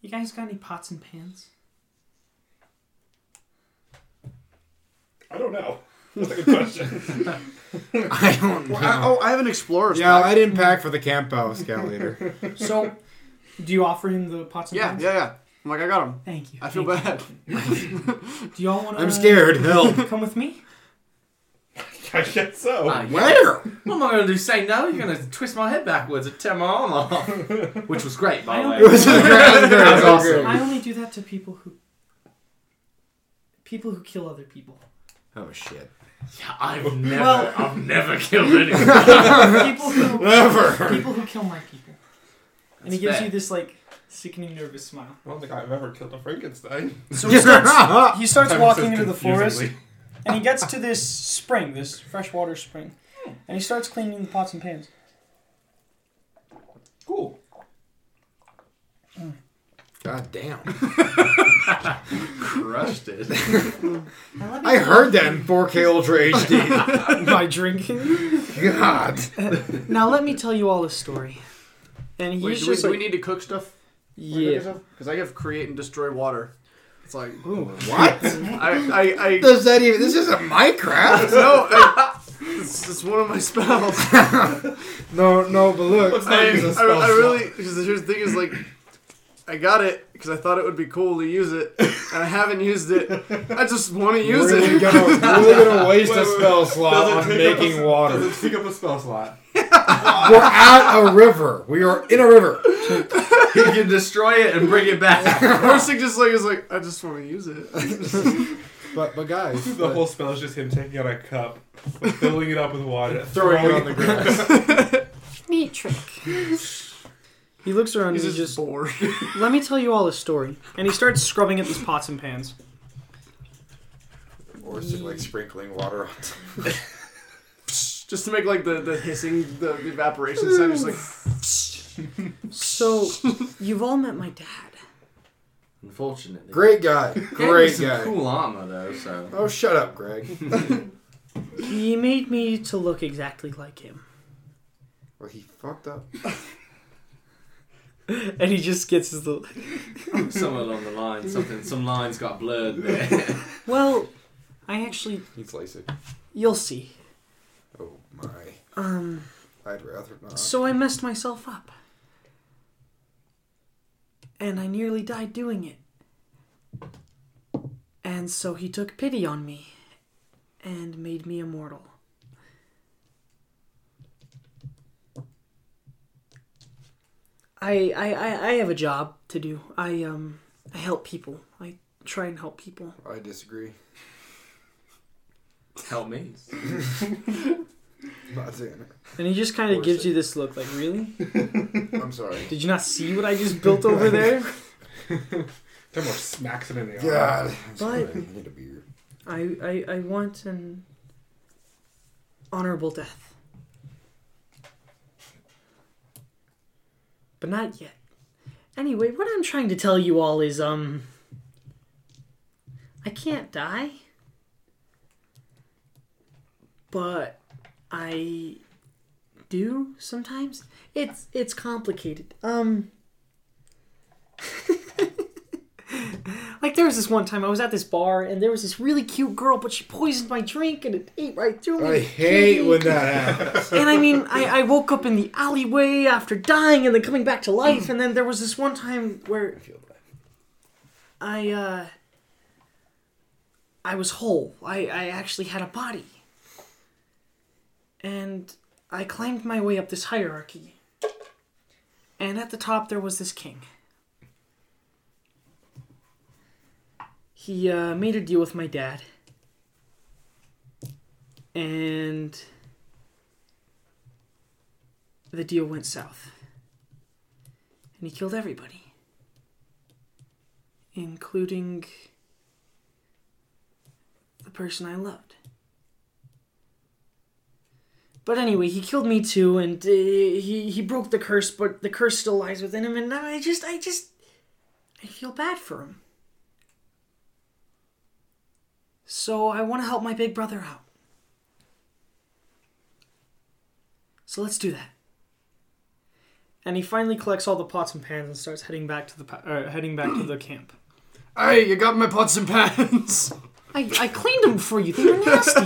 Speaker 2: you guys got any pots and pans?
Speaker 3: I don't know. That's a good question.
Speaker 6: I don't know.
Speaker 4: oh, I have an explorer's
Speaker 6: yeah,
Speaker 4: pack.
Speaker 6: I didn't pack for the camp out, scout leader.
Speaker 2: So, do you offer him the pots and
Speaker 4: yeah,
Speaker 2: pans?
Speaker 4: yeah, yeah. I'm like, I got him.
Speaker 2: Thank you.
Speaker 4: I feel
Speaker 2: thank
Speaker 4: bad.
Speaker 2: you. Do y'all want to?
Speaker 6: I'm scared. Help.
Speaker 2: Come with me.
Speaker 3: I guess so.
Speaker 5: Ah, yeah.
Speaker 6: Where?
Speaker 5: What am I gonna do? Say no? You're gonna twist my head backwards and tear my arm off, which was great, by the
Speaker 2: I
Speaker 5: way.
Speaker 2: don't-
Speaker 6: It was in the ground. There.
Speaker 5: That was
Speaker 6: It's all
Speaker 5: awesome.
Speaker 6: good.
Speaker 2: I only do that to people who people who kill other people.
Speaker 6: Oh shit.
Speaker 5: Yeah, I've never,
Speaker 2: Well-
Speaker 5: I've never killed anyone.
Speaker 2: people who people who kill my people. and he
Speaker 5: That's
Speaker 2: gives
Speaker 5: fair.
Speaker 2: you this like sickening nervous smile.
Speaker 3: I don't think I've ever killed a Frankenstein.
Speaker 2: So he starts, he starts
Speaker 3: Simon
Speaker 2: walking
Speaker 3: says
Speaker 2: into the forest
Speaker 3: confusingly.
Speaker 2: and he gets to this spring, this freshwater spring. And he starts cleaning the pots and pans.
Speaker 5: Cool.
Speaker 6: God damn.
Speaker 5: Crushed it.
Speaker 6: I heard that in 4K Ultra HD.
Speaker 2: by drinking.
Speaker 6: God.
Speaker 2: Now let me tell you all a story. And he's
Speaker 4: Wait, do, we,
Speaker 2: just
Speaker 4: do we
Speaker 2: like,
Speaker 4: need to cook stuff?
Speaker 2: yeah.
Speaker 4: Because I give create and destroy water. It's like,
Speaker 6: What?
Speaker 4: I, I, I
Speaker 6: Does that even? This isn't Minecraft.
Speaker 4: no, I, it's, it's one of my spells.
Speaker 6: No, no, but look.
Speaker 4: I,
Speaker 3: use a
Speaker 4: I,
Speaker 3: spell
Speaker 4: I
Speaker 3: slot.
Speaker 4: really because the thing is like I got it because I thought it would be cool to use it, and I haven't used it. I just want to use
Speaker 6: really
Speaker 4: it.
Speaker 6: gonna, really gonna waste
Speaker 3: Wait,
Speaker 6: a
Speaker 3: wait,
Speaker 6: spell
Speaker 3: wait.
Speaker 6: slot
Speaker 3: Does it
Speaker 6: on
Speaker 3: take up
Speaker 6: making
Speaker 3: a-
Speaker 6: water.
Speaker 3: Does it take up a spell slot?
Speaker 6: We're at a river. We are in a river.
Speaker 5: He can destroy it and bring it back.
Speaker 4: First thing just like is like I just want to use it.
Speaker 6: But but guys,
Speaker 3: The
Speaker 6: but-
Speaker 3: whole spell is just him taking out a cup, filling it up with water,
Speaker 6: throwing it on the grass.
Speaker 2: Neat trick. He looks around
Speaker 4: He's
Speaker 2: and
Speaker 4: just,
Speaker 2: he just
Speaker 4: bored.
Speaker 2: Let me tell you all a story. And he starts scrubbing at these pots and pans.
Speaker 6: or is it like sprinkling water on?
Speaker 4: just to make like the, the hissing the, the evaporation sound. Just like
Speaker 2: So, you've all met my dad.
Speaker 5: Unfortunately.
Speaker 6: Great guy.
Speaker 5: Gave me
Speaker 6: Great
Speaker 5: some
Speaker 6: guy.
Speaker 5: Cool armor though, so.
Speaker 6: Oh, shut up, Greg.
Speaker 2: He made me to look exactly like him.
Speaker 6: Well, he fucked up.
Speaker 2: And he just gets his little.
Speaker 5: Somewhere along the line, something, some lines got blurred there.
Speaker 2: Well, I actually.
Speaker 6: He's lazy.
Speaker 2: You'll see.
Speaker 6: Oh my.
Speaker 2: Um,
Speaker 6: I'd rather not.
Speaker 2: so I messed myself up. And I nearly died doing it. And so he took pity on me and made me immortal. I I I, I have a job to do. I um I help people. I try and help people.
Speaker 6: I disagree.
Speaker 5: Help me.
Speaker 6: I'm not saying it.
Speaker 2: And he just kind of
Speaker 6: Force
Speaker 2: gives
Speaker 6: it.
Speaker 2: you this look, like, really?
Speaker 6: I'm sorry.
Speaker 2: Did you not see what I just built over there?
Speaker 3: Someone smacks it in the eye.
Speaker 6: God. I'm sorry. I need a beer.
Speaker 2: I, I, I want an honorable death. But not yet. Anyway, what I'm trying to tell you all is, um. I can't die. But I do sometimes. It's it's complicated. Um Like there was this one time I was at this bar and there was this really cute girl, but she poisoned my drink and it ate right through me.
Speaker 6: I hate when that happens.
Speaker 2: And I mean, I, I woke up in the alleyway after dying and then coming back to life. And then there was this one time where I uh, I was whole. I I actually had a body. And I climbed my way up this hierarchy. And at the top there was this king. He uh, made a deal with my dad. And the deal went south. And he killed everybody, including the person I loved. But anyway, he killed me too, and uh, he he broke the curse, but the curse still lies within him, and now I just I just I feel bad for him. So I want to help my big brother out. So let's do that. And he finally collects all the pots and pans and starts heading back to the pa- uh, heading back to the camp.
Speaker 4: Hey, you got my pots and pans.
Speaker 2: I, I cleaned them for you. They were nasty.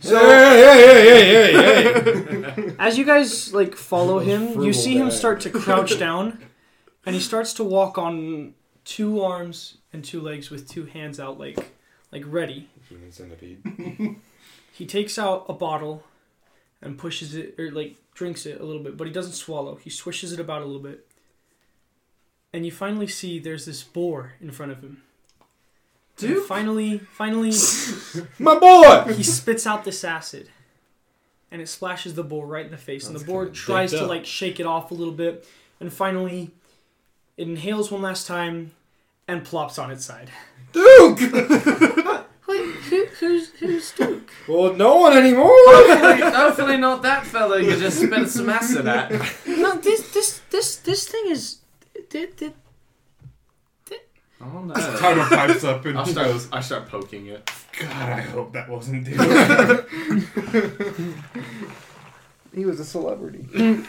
Speaker 6: hey, hey, hey, hey, hey, hey.
Speaker 2: As you guys like follow him, you
Speaker 6: Frugal
Speaker 2: see him
Speaker 6: bag.
Speaker 2: start to crouch down, and he starts to walk on two arms and two legs with two hands out, like like ready.
Speaker 6: Human centipede.
Speaker 2: He takes out a bottle and pushes it, or like drinks it a little bit, but he doesn't swallow. He swishes it about a little bit. And you finally see there's this boar in front of him. Dude. finally, finally,
Speaker 6: My boy!
Speaker 2: he spits out this acid. And it splashes the boar right in the face. And the
Speaker 6: That's
Speaker 2: boar
Speaker 6: kinda
Speaker 2: tries
Speaker 6: dicked
Speaker 2: to
Speaker 6: up.
Speaker 2: like shake it off a little bit. And finally, it inhales one last time and plops on its side.
Speaker 6: Duke!
Speaker 2: Wait, who, who's, who's Duke?
Speaker 6: Well, no one anymore.
Speaker 5: Hopefully not that fella you just spent some acid at.
Speaker 2: No, this this this this thing is. Did, did,
Speaker 5: Oh
Speaker 3: Timer
Speaker 5: no.
Speaker 3: pipes up and
Speaker 5: I
Speaker 3: he
Speaker 5: start,
Speaker 3: goes,
Speaker 5: I start poking it.
Speaker 3: God, I hope that wasn't Duke.
Speaker 6: He was a celebrity.
Speaker 3: His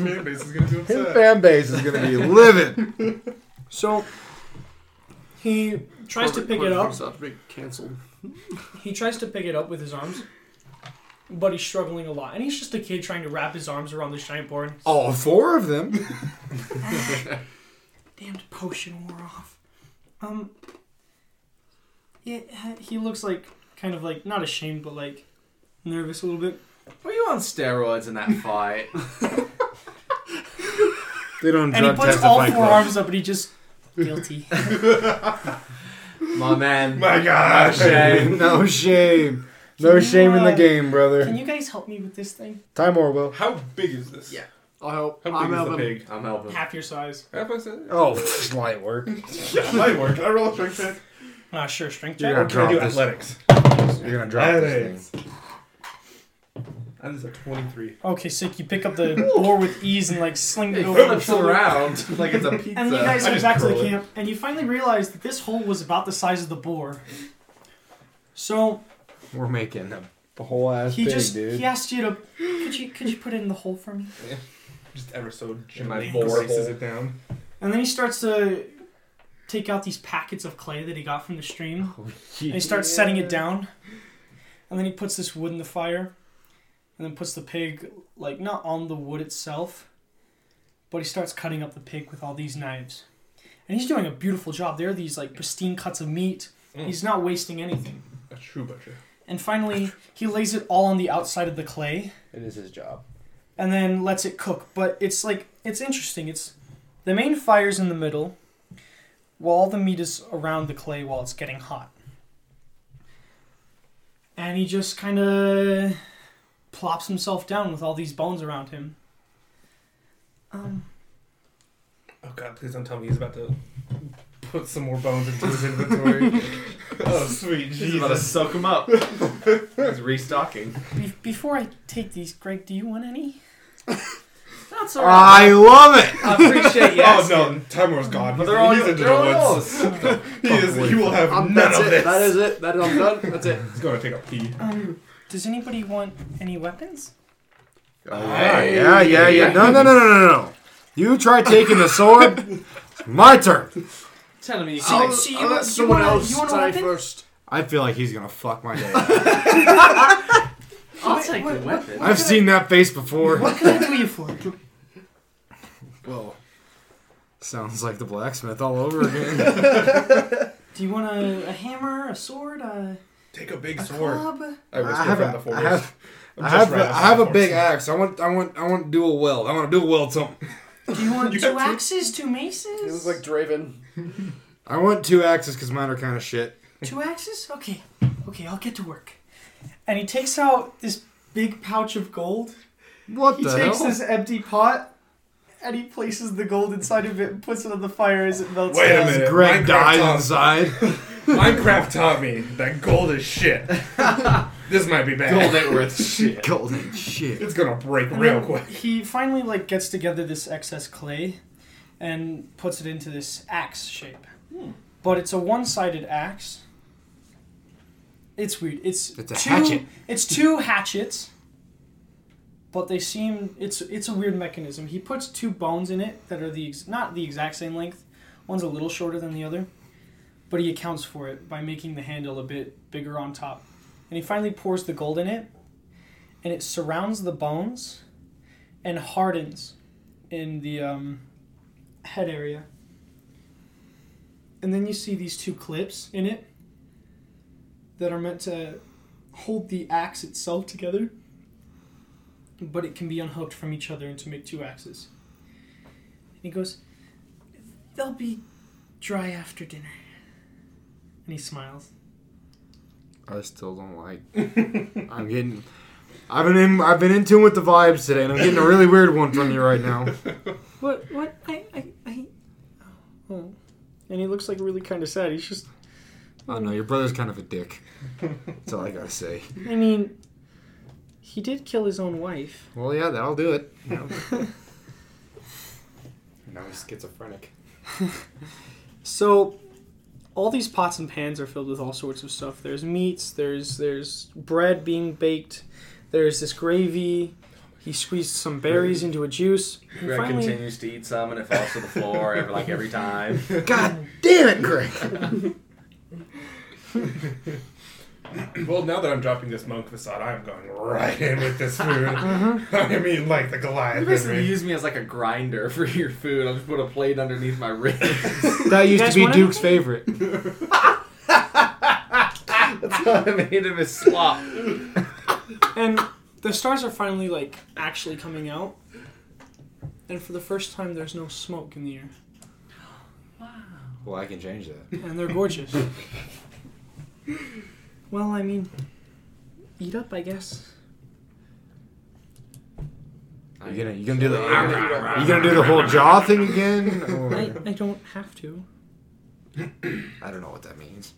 Speaker 3: fan base is going to be
Speaker 6: His
Speaker 3: upset.
Speaker 6: fan base is gonna be livid.
Speaker 4: So
Speaker 2: he tries to pick it up.
Speaker 4: About to be canceled.
Speaker 2: He tries to pick it up with his arms, but he's struggling a lot. And he's just a kid trying to wrap his arms around this giant board.
Speaker 6: All four of them.
Speaker 2: Damned potion wore off. Um. Yeah, he looks like kind of like not ashamed, but like nervous a little bit.
Speaker 5: Were you on steroids in that fight?
Speaker 6: They don't
Speaker 2: And he puts all four arms up, and he just guilty.
Speaker 5: My man.
Speaker 3: My gosh.
Speaker 5: Shame.
Speaker 6: No shame. No
Speaker 2: Can you,
Speaker 6: shame in the
Speaker 2: uh,
Speaker 6: game, brother.
Speaker 2: Can you guys help me with this thing?
Speaker 6: Time Orwell.
Speaker 3: How big is this?
Speaker 5: Yeah.
Speaker 4: I'll help.
Speaker 3: How big
Speaker 4: I'm
Speaker 3: is
Speaker 4: helping.
Speaker 3: the pig?
Speaker 5: I'm helping.
Speaker 2: Half your size.
Speaker 3: Have I said it?
Speaker 6: Oh, pff, light work.
Speaker 3: Yeah, might work. Can I roll a strength check?
Speaker 2: Ah, sure, strength
Speaker 6: You're
Speaker 2: check.
Speaker 6: gonna
Speaker 3: Can I
Speaker 6: drop
Speaker 3: do
Speaker 6: this.
Speaker 3: athletics?
Speaker 6: You're gonna drop this
Speaker 3: Athletics.
Speaker 6: thing.
Speaker 3: That is a 23.
Speaker 2: Okay, sick. You pick up the boar with ease and like sling
Speaker 5: It
Speaker 2: it over the
Speaker 5: flips
Speaker 2: shoulder.
Speaker 5: around like it's a pizza.
Speaker 2: And you guys
Speaker 3: I
Speaker 2: head
Speaker 3: just
Speaker 2: back to the
Speaker 3: curl it.
Speaker 2: camp, and you finally realize that this hole was about the size of the boar. So
Speaker 6: We're making them. The whole ass
Speaker 2: he
Speaker 6: thing,
Speaker 2: just
Speaker 6: dude.
Speaker 2: he asked you to could you could you put it in the hole for me?
Speaker 3: Just ever so
Speaker 5: my
Speaker 3: gently
Speaker 5: boar
Speaker 3: braces
Speaker 5: hole.
Speaker 3: it down.
Speaker 2: And then he starts to take out these packets of clay that he got from the stream, and he starts setting it down. And then he puts this wood in the fire, and then puts the pig like not on the wood itself, but he starts cutting up the pig with all these knives. And he's doing a beautiful job. There are these like pristine cuts of meat. He's not wasting anything.
Speaker 3: A true butcher.
Speaker 2: And finally, he lays it all on the outside of the clay
Speaker 6: It is his job.
Speaker 2: and then lets it cook. But it's like it's interesting. It's The main fire's in the middle, while all the meat is around the clay while it's getting hot. And he just kind of plops himself down with all these bones around him. Um,
Speaker 3: Oh god, please don't tell me he's about to put some more bones into his inventory. oh sweet
Speaker 5: She's about to
Speaker 3: Jesus.
Speaker 5: soak him up. He's restocking.
Speaker 2: be- before I take these, Greg, do you want any? That's all right.
Speaker 1: I love it.
Speaker 5: I appreciate you
Speaker 3: Oh
Speaker 5: asking.
Speaker 3: no, Timor's gone.
Speaker 5: But they're all,
Speaker 3: he's
Speaker 5: yours.
Speaker 3: into
Speaker 5: they're all
Speaker 3: the woods.
Speaker 5: yours.
Speaker 3: He, is, he will have
Speaker 4: I'm,
Speaker 3: none
Speaker 4: that's
Speaker 3: of
Speaker 4: it.
Speaker 3: this.
Speaker 4: That is it. That is I'm done. That's it.
Speaker 3: He's gonna take a pee.
Speaker 2: Um, does anybody want any weapons?
Speaker 1: Yeah, yeah, yeah, yeah. No, no, no, no, no, no. You try taking the sword. My turn.
Speaker 5: Telling me you
Speaker 2: I'll-
Speaker 5: can't.
Speaker 2: so you
Speaker 4: I'll
Speaker 2: want-
Speaker 4: let
Speaker 2: you
Speaker 4: someone
Speaker 2: wanna-
Speaker 4: else
Speaker 2: you wanna
Speaker 4: die
Speaker 2: weapon?
Speaker 4: first.
Speaker 1: I feel like he's gonna fuck my day.
Speaker 5: I'll take the weapon.
Speaker 1: I've seen that face before.
Speaker 2: What can I do you for?
Speaker 1: Well, sounds like the blacksmith all over again.
Speaker 2: Do you want a, a hammer, a sword, a,
Speaker 3: Take a big
Speaker 2: a
Speaker 3: sword.
Speaker 2: club?
Speaker 3: I
Speaker 1: I
Speaker 3: risked it
Speaker 1: have,
Speaker 3: from the
Speaker 1: a, I
Speaker 3: forest.
Speaker 1: have,
Speaker 3: I'm
Speaker 1: I
Speaker 3: just
Speaker 1: have,
Speaker 3: right
Speaker 1: a,
Speaker 3: outside
Speaker 1: I have
Speaker 3: the
Speaker 1: a big
Speaker 3: forest.
Speaker 1: axe. I want, I want, I want to do a weld. I want to do a weld something.
Speaker 2: Do you want
Speaker 3: You
Speaker 2: two
Speaker 3: got two-
Speaker 2: axes, two maces?
Speaker 4: It was like Draven.
Speaker 1: I want two axes because mine are kind of shit.
Speaker 2: Two axes? Okay. Okay, I'll get to work. And he takes out this big pouch of gold.
Speaker 1: What
Speaker 2: He
Speaker 1: the
Speaker 2: takes
Speaker 1: hell?
Speaker 2: this empty pot and he places the gold inside of it and puts it on the fire as it melts
Speaker 3: Wait a
Speaker 2: down.
Speaker 3: minute.
Speaker 1: Greg
Speaker 3: Minecraft
Speaker 1: dies
Speaker 3: taught-
Speaker 1: inside.
Speaker 3: Minecraft taught me that gold is shit. this might be bad.
Speaker 5: Gold ain't worth shit.
Speaker 1: Gold and shit.
Speaker 3: It's gonna break
Speaker 2: And
Speaker 3: real
Speaker 2: then
Speaker 3: quick.
Speaker 2: He finally like gets together this excess clay and puts it into this axe shape. But it's a one-sided axe. It's weird. It's
Speaker 1: It's a
Speaker 2: two,
Speaker 1: hatchet.
Speaker 2: It's two hatchets. But they seem it's it's a weird mechanism. He puts two bones in it that are the ex, not the exact same length. One's a little shorter than the other, but he accounts for it by making the handle a bit bigger on top. And he finally pours the gold in it, and it surrounds the bones and hardens in the um, head area. And then you see these two clips in it that are meant to hold the axe itself together, but it can be unhooked from each other and to make two axes. And he goes, They'll be dry after dinner. And he smiles.
Speaker 1: I still don't like. I'm getting. I've been in. I've been in tune with the vibes today, and I'm getting a really weird one from you right now.
Speaker 2: What? What? I. I. I... Oh. And he looks like really kind of sad. He's just.
Speaker 1: I don't know. Your brother's kind of a dick. That's all I gotta say.
Speaker 2: I mean, he did kill his own wife.
Speaker 1: Well, yeah, that'll do it. now he's schizophrenic.
Speaker 2: So, all these pots and pans are filled with all sorts of stuff. There's meats. There's there's bread being baked. There's this gravy. He squeezed some berries into a juice. And
Speaker 5: Greg
Speaker 2: finally,
Speaker 5: continues to eat some and it falls to the floor every, like every time.
Speaker 1: God damn it, Greg!
Speaker 3: Well, now that I'm dropping this monk facade, I'm going right in with this food.
Speaker 1: Mm-hmm.
Speaker 3: I mean, like the
Speaker 5: You
Speaker 3: Goliath. in
Speaker 5: basically
Speaker 3: me.
Speaker 5: use me as like a grinder for your food. I'll just put a plate underneath my ribs.
Speaker 1: That used to
Speaker 2: guys
Speaker 1: be
Speaker 2: want
Speaker 1: Duke's favorite.
Speaker 5: That's how I made him his slop.
Speaker 2: and the stars are finally like actually coming out. And for the first time, there's no smoke in the air,
Speaker 1: Well, I can change that.
Speaker 2: and they're gorgeous. well, I mean, eat up, I guess.
Speaker 1: You gonna you gonna do the you gonna do the whole jaw thing again? or-
Speaker 2: I, I don't have to.
Speaker 1: I don't know what that means.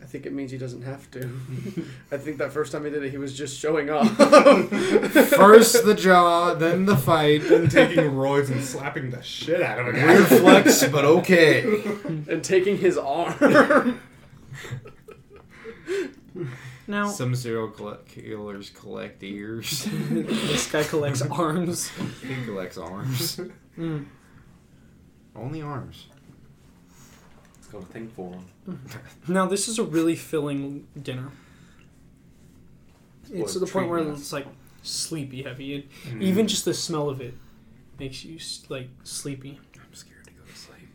Speaker 4: I think it means he doesn't have to. I think that first time he did it, he was just showing off.
Speaker 1: First the jaw, then the fight.
Speaker 3: Then taking roids and slapping the shit out of it.
Speaker 1: Weird flex, but okay.
Speaker 4: and taking his arm.
Speaker 2: Now
Speaker 1: Some serial collect- killers collect ears.
Speaker 2: this guy collects arms.
Speaker 1: he collects arms.
Speaker 2: Mm.
Speaker 1: Only arms.
Speaker 5: Let's go to think for him.
Speaker 2: Now this is a really filling dinner. It's to the point where it's like sleepy heavy, and
Speaker 5: Mm.
Speaker 2: even just the smell of it makes you s- like sleepy.
Speaker 3: I'm scared to go to sleep.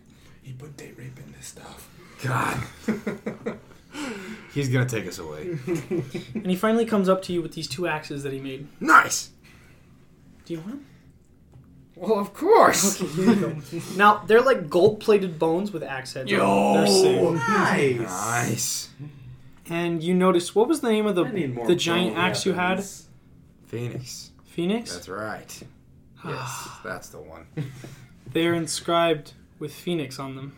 Speaker 3: He put date rape in this stuff.
Speaker 1: God. He's gonna take us away.
Speaker 2: And he finally comes up to you with these two axes that he made.
Speaker 1: Nice.
Speaker 2: Do you want them?
Speaker 1: Well, of course.
Speaker 2: Now they're like gold-plated bones with axe heads. on them. They're sick.
Speaker 5: Nice.
Speaker 1: Nice.
Speaker 2: And you notice what was the name of the
Speaker 5: I need more
Speaker 2: the giant
Speaker 5: bone
Speaker 2: axe you had?
Speaker 5: weapons.
Speaker 1: Phoenix.
Speaker 2: Phoenix.
Speaker 1: That's right. Yes, that's the one.
Speaker 2: They're inscribed with phoenix on them.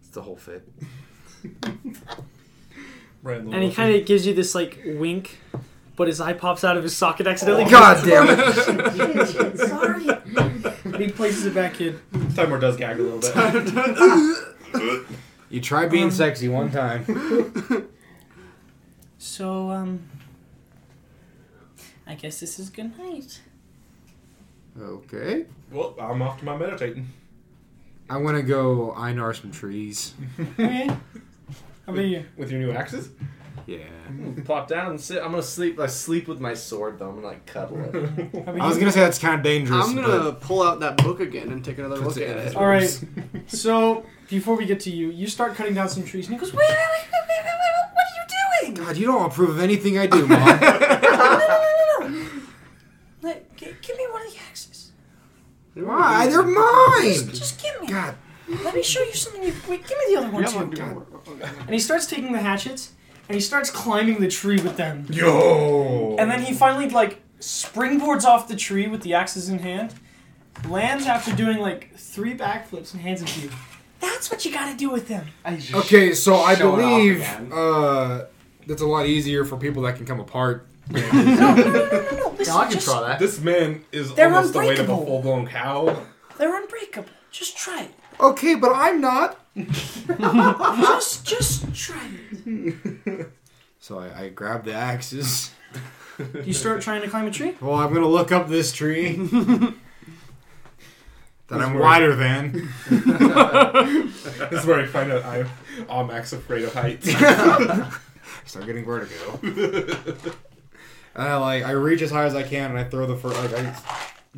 Speaker 1: It's the whole fit.
Speaker 2: And he kind of gives you this like wink, but his eye pops out of his socket accidentally.
Speaker 1: Oh, God damn it.
Speaker 2: Sorry. But he places it back in.
Speaker 3: Timor does gag a little bit.
Speaker 1: You try being sexy one time.
Speaker 2: So um, I guess this is good night.
Speaker 1: Okay.
Speaker 3: well, I'm off to my meditating.
Speaker 1: I want to go Einar some trees.
Speaker 2: Okay. How about you?
Speaker 3: With your new axes?
Speaker 1: Yeah.
Speaker 5: Plop down and sit. I'm gonna sleep. I sleep with my sword though. I'm gonna like cuddle it.
Speaker 2: How about
Speaker 1: I was
Speaker 2: you?
Speaker 1: going to say that's kind of dangerous.
Speaker 4: I'm gonna pull out that book again and take another
Speaker 1: Puts
Speaker 4: look
Speaker 1: it
Speaker 4: at
Speaker 1: in his-
Speaker 4: it.
Speaker 2: All right. So before we get to you, you start cutting down some trees, and he goes, "Wait, wait, wait, wait, wait, wait, wait, what are you doing?"
Speaker 1: but- God, you don't approve of anything I do, Mom.
Speaker 8: Let, g- give me one of the axes.
Speaker 1: Why? They're mine.
Speaker 8: Just give me.
Speaker 1: God.
Speaker 8: Let me show you something. You, wait, give me the other one too.
Speaker 2: And he starts taking the hatchets, and he starts climbing the tree with them.
Speaker 3: Yo!
Speaker 2: And then he finally like springboards off the tree with the axes in hand, lands after doing like three backflips and hands it to you. That's what you gotta do with them.
Speaker 1: Okay, so I
Speaker 5: Show it off
Speaker 1: believe
Speaker 5: again.
Speaker 1: uh, that's a lot easier for people that can come apart.
Speaker 8: No, no, no. Listen, just,
Speaker 5: that.
Speaker 3: This man is
Speaker 2: They're
Speaker 3: almost the weight of a
Speaker 2: unbreakable.
Speaker 3: full blown cow.
Speaker 8: they're unbreakable. Just try it.
Speaker 1: Okay, but I'm not.
Speaker 8: Just, just try it.
Speaker 1: So I, I grab the axes.
Speaker 2: You start trying to climb a tree.
Speaker 1: Well, I'm gonna look up this tree. that I'm
Speaker 3: where-
Speaker 1: wider than.
Speaker 3: This is where I find out I'm, I'm max afraid of heights.
Speaker 1: Start getting vertigo. and I like I reach as high as I can, and I throw the first like I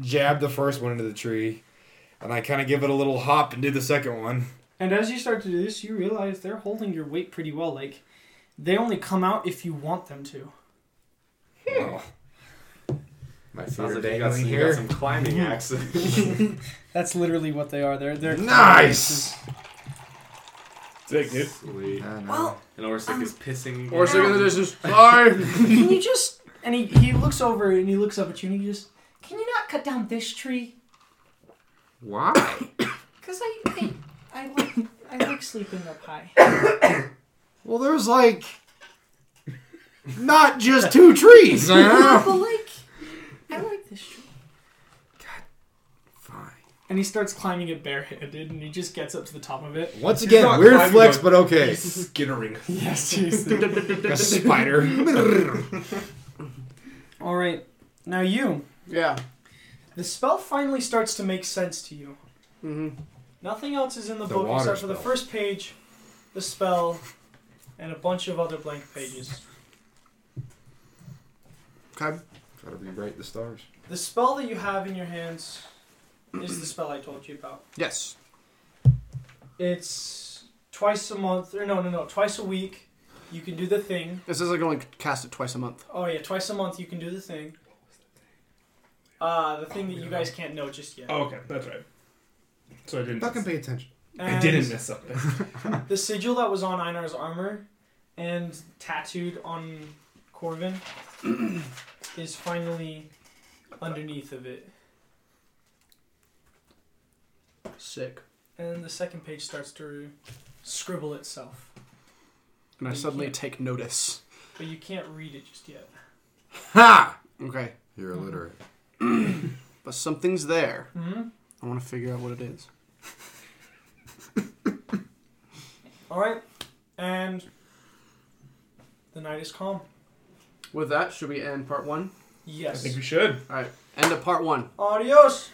Speaker 1: jab the first one into the tree, and I kind of give it a little hop and do the second one.
Speaker 2: And as you start to do this, you realize they're holding your weight pretty well. Like, they only come out if you want them to.
Speaker 1: Oh. My
Speaker 5: Sounds
Speaker 1: fear
Speaker 5: like you
Speaker 1: dangling
Speaker 5: got, some, you got
Speaker 1: here.
Speaker 5: some climbing axes.
Speaker 2: That's literally what they are. They're they're
Speaker 1: Nice.
Speaker 3: Sick, dude.
Speaker 1: I know.
Speaker 8: Well,
Speaker 5: And Orsic is pissing.
Speaker 4: Or so gonna just just sorry.
Speaker 2: Can you just? And he he looks over and he looks up at you and he just.
Speaker 8: can you not cut down this tree?
Speaker 1: why?
Speaker 8: Cause I, I, I like, I like sleeping up high.
Speaker 1: Well, there's like not just two trees. I
Speaker 8: but
Speaker 1: know.
Speaker 8: like, I like this tree.
Speaker 1: Fine.
Speaker 2: And he starts climbing it barehanded and he just gets up to the top of it.
Speaker 1: Once
Speaker 3: He's
Speaker 1: again,
Speaker 3: not
Speaker 1: weird
Speaker 3: climbing,
Speaker 1: flex, but okay.
Speaker 3: He's skittering.
Speaker 2: Yes, seriously.
Speaker 1: Like a spider.
Speaker 2: All right, now you.
Speaker 4: Yeah.
Speaker 2: The spell finally starts to make sense to you.
Speaker 4: hmm
Speaker 2: Nothing else is in the,
Speaker 1: The
Speaker 2: book
Speaker 1: water
Speaker 2: except for the
Speaker 1: spell.
Speaker 2: first page, the spell, and a bunch of other blank pages.
Speaker 4: Okay.
Speaker 1: Gotta rewrite the stars.
Speaker 2: The spell that you have in your hands is the spell I told you about.
Speaker 4: Yes.
Speaker 2: It's twice a month, or no, no, no, twice a week. You can do the thing.
Speaker 4: It says I can only cast it twice a month.
Speaker 2: Oh yeah, twice a month you can do the thing. Uh, the thing that you guys can't know just yet.
Speaker 3: Oh, okay, that's right. So I didn't.
Speaker 1: Fucking pay attention.
Speaker 3: I
Speaker 2: And
Speaker 3: didn't mess up.
Speaker 2: The sigil that was on Einar's armor and tattooed on Corvin is finally underneath of it.
Speaker 4: Sick.
Speaker 2: And the second page starts to scribble itself.
Speaker 4: And I suddenly take notice.
Speaker 2: But you can't read it just yet.
Speaker 1: Ha!
Speaker 4: Okay.
Speaker 1: You're illiterate.
Speaker 4: But something's there.
Speaker 2: Mm-hmm.
Speaker 4: I want to figure out what it is.
Speaker 2: Alright. And the night is calm.
Speaker 4: With that, should we end part one?
Speaker 3: I
Speaker 2: Yes.
Speaker 3: think we should.
Speaker 4: All right. End of part one.
Speaker 2: Adios!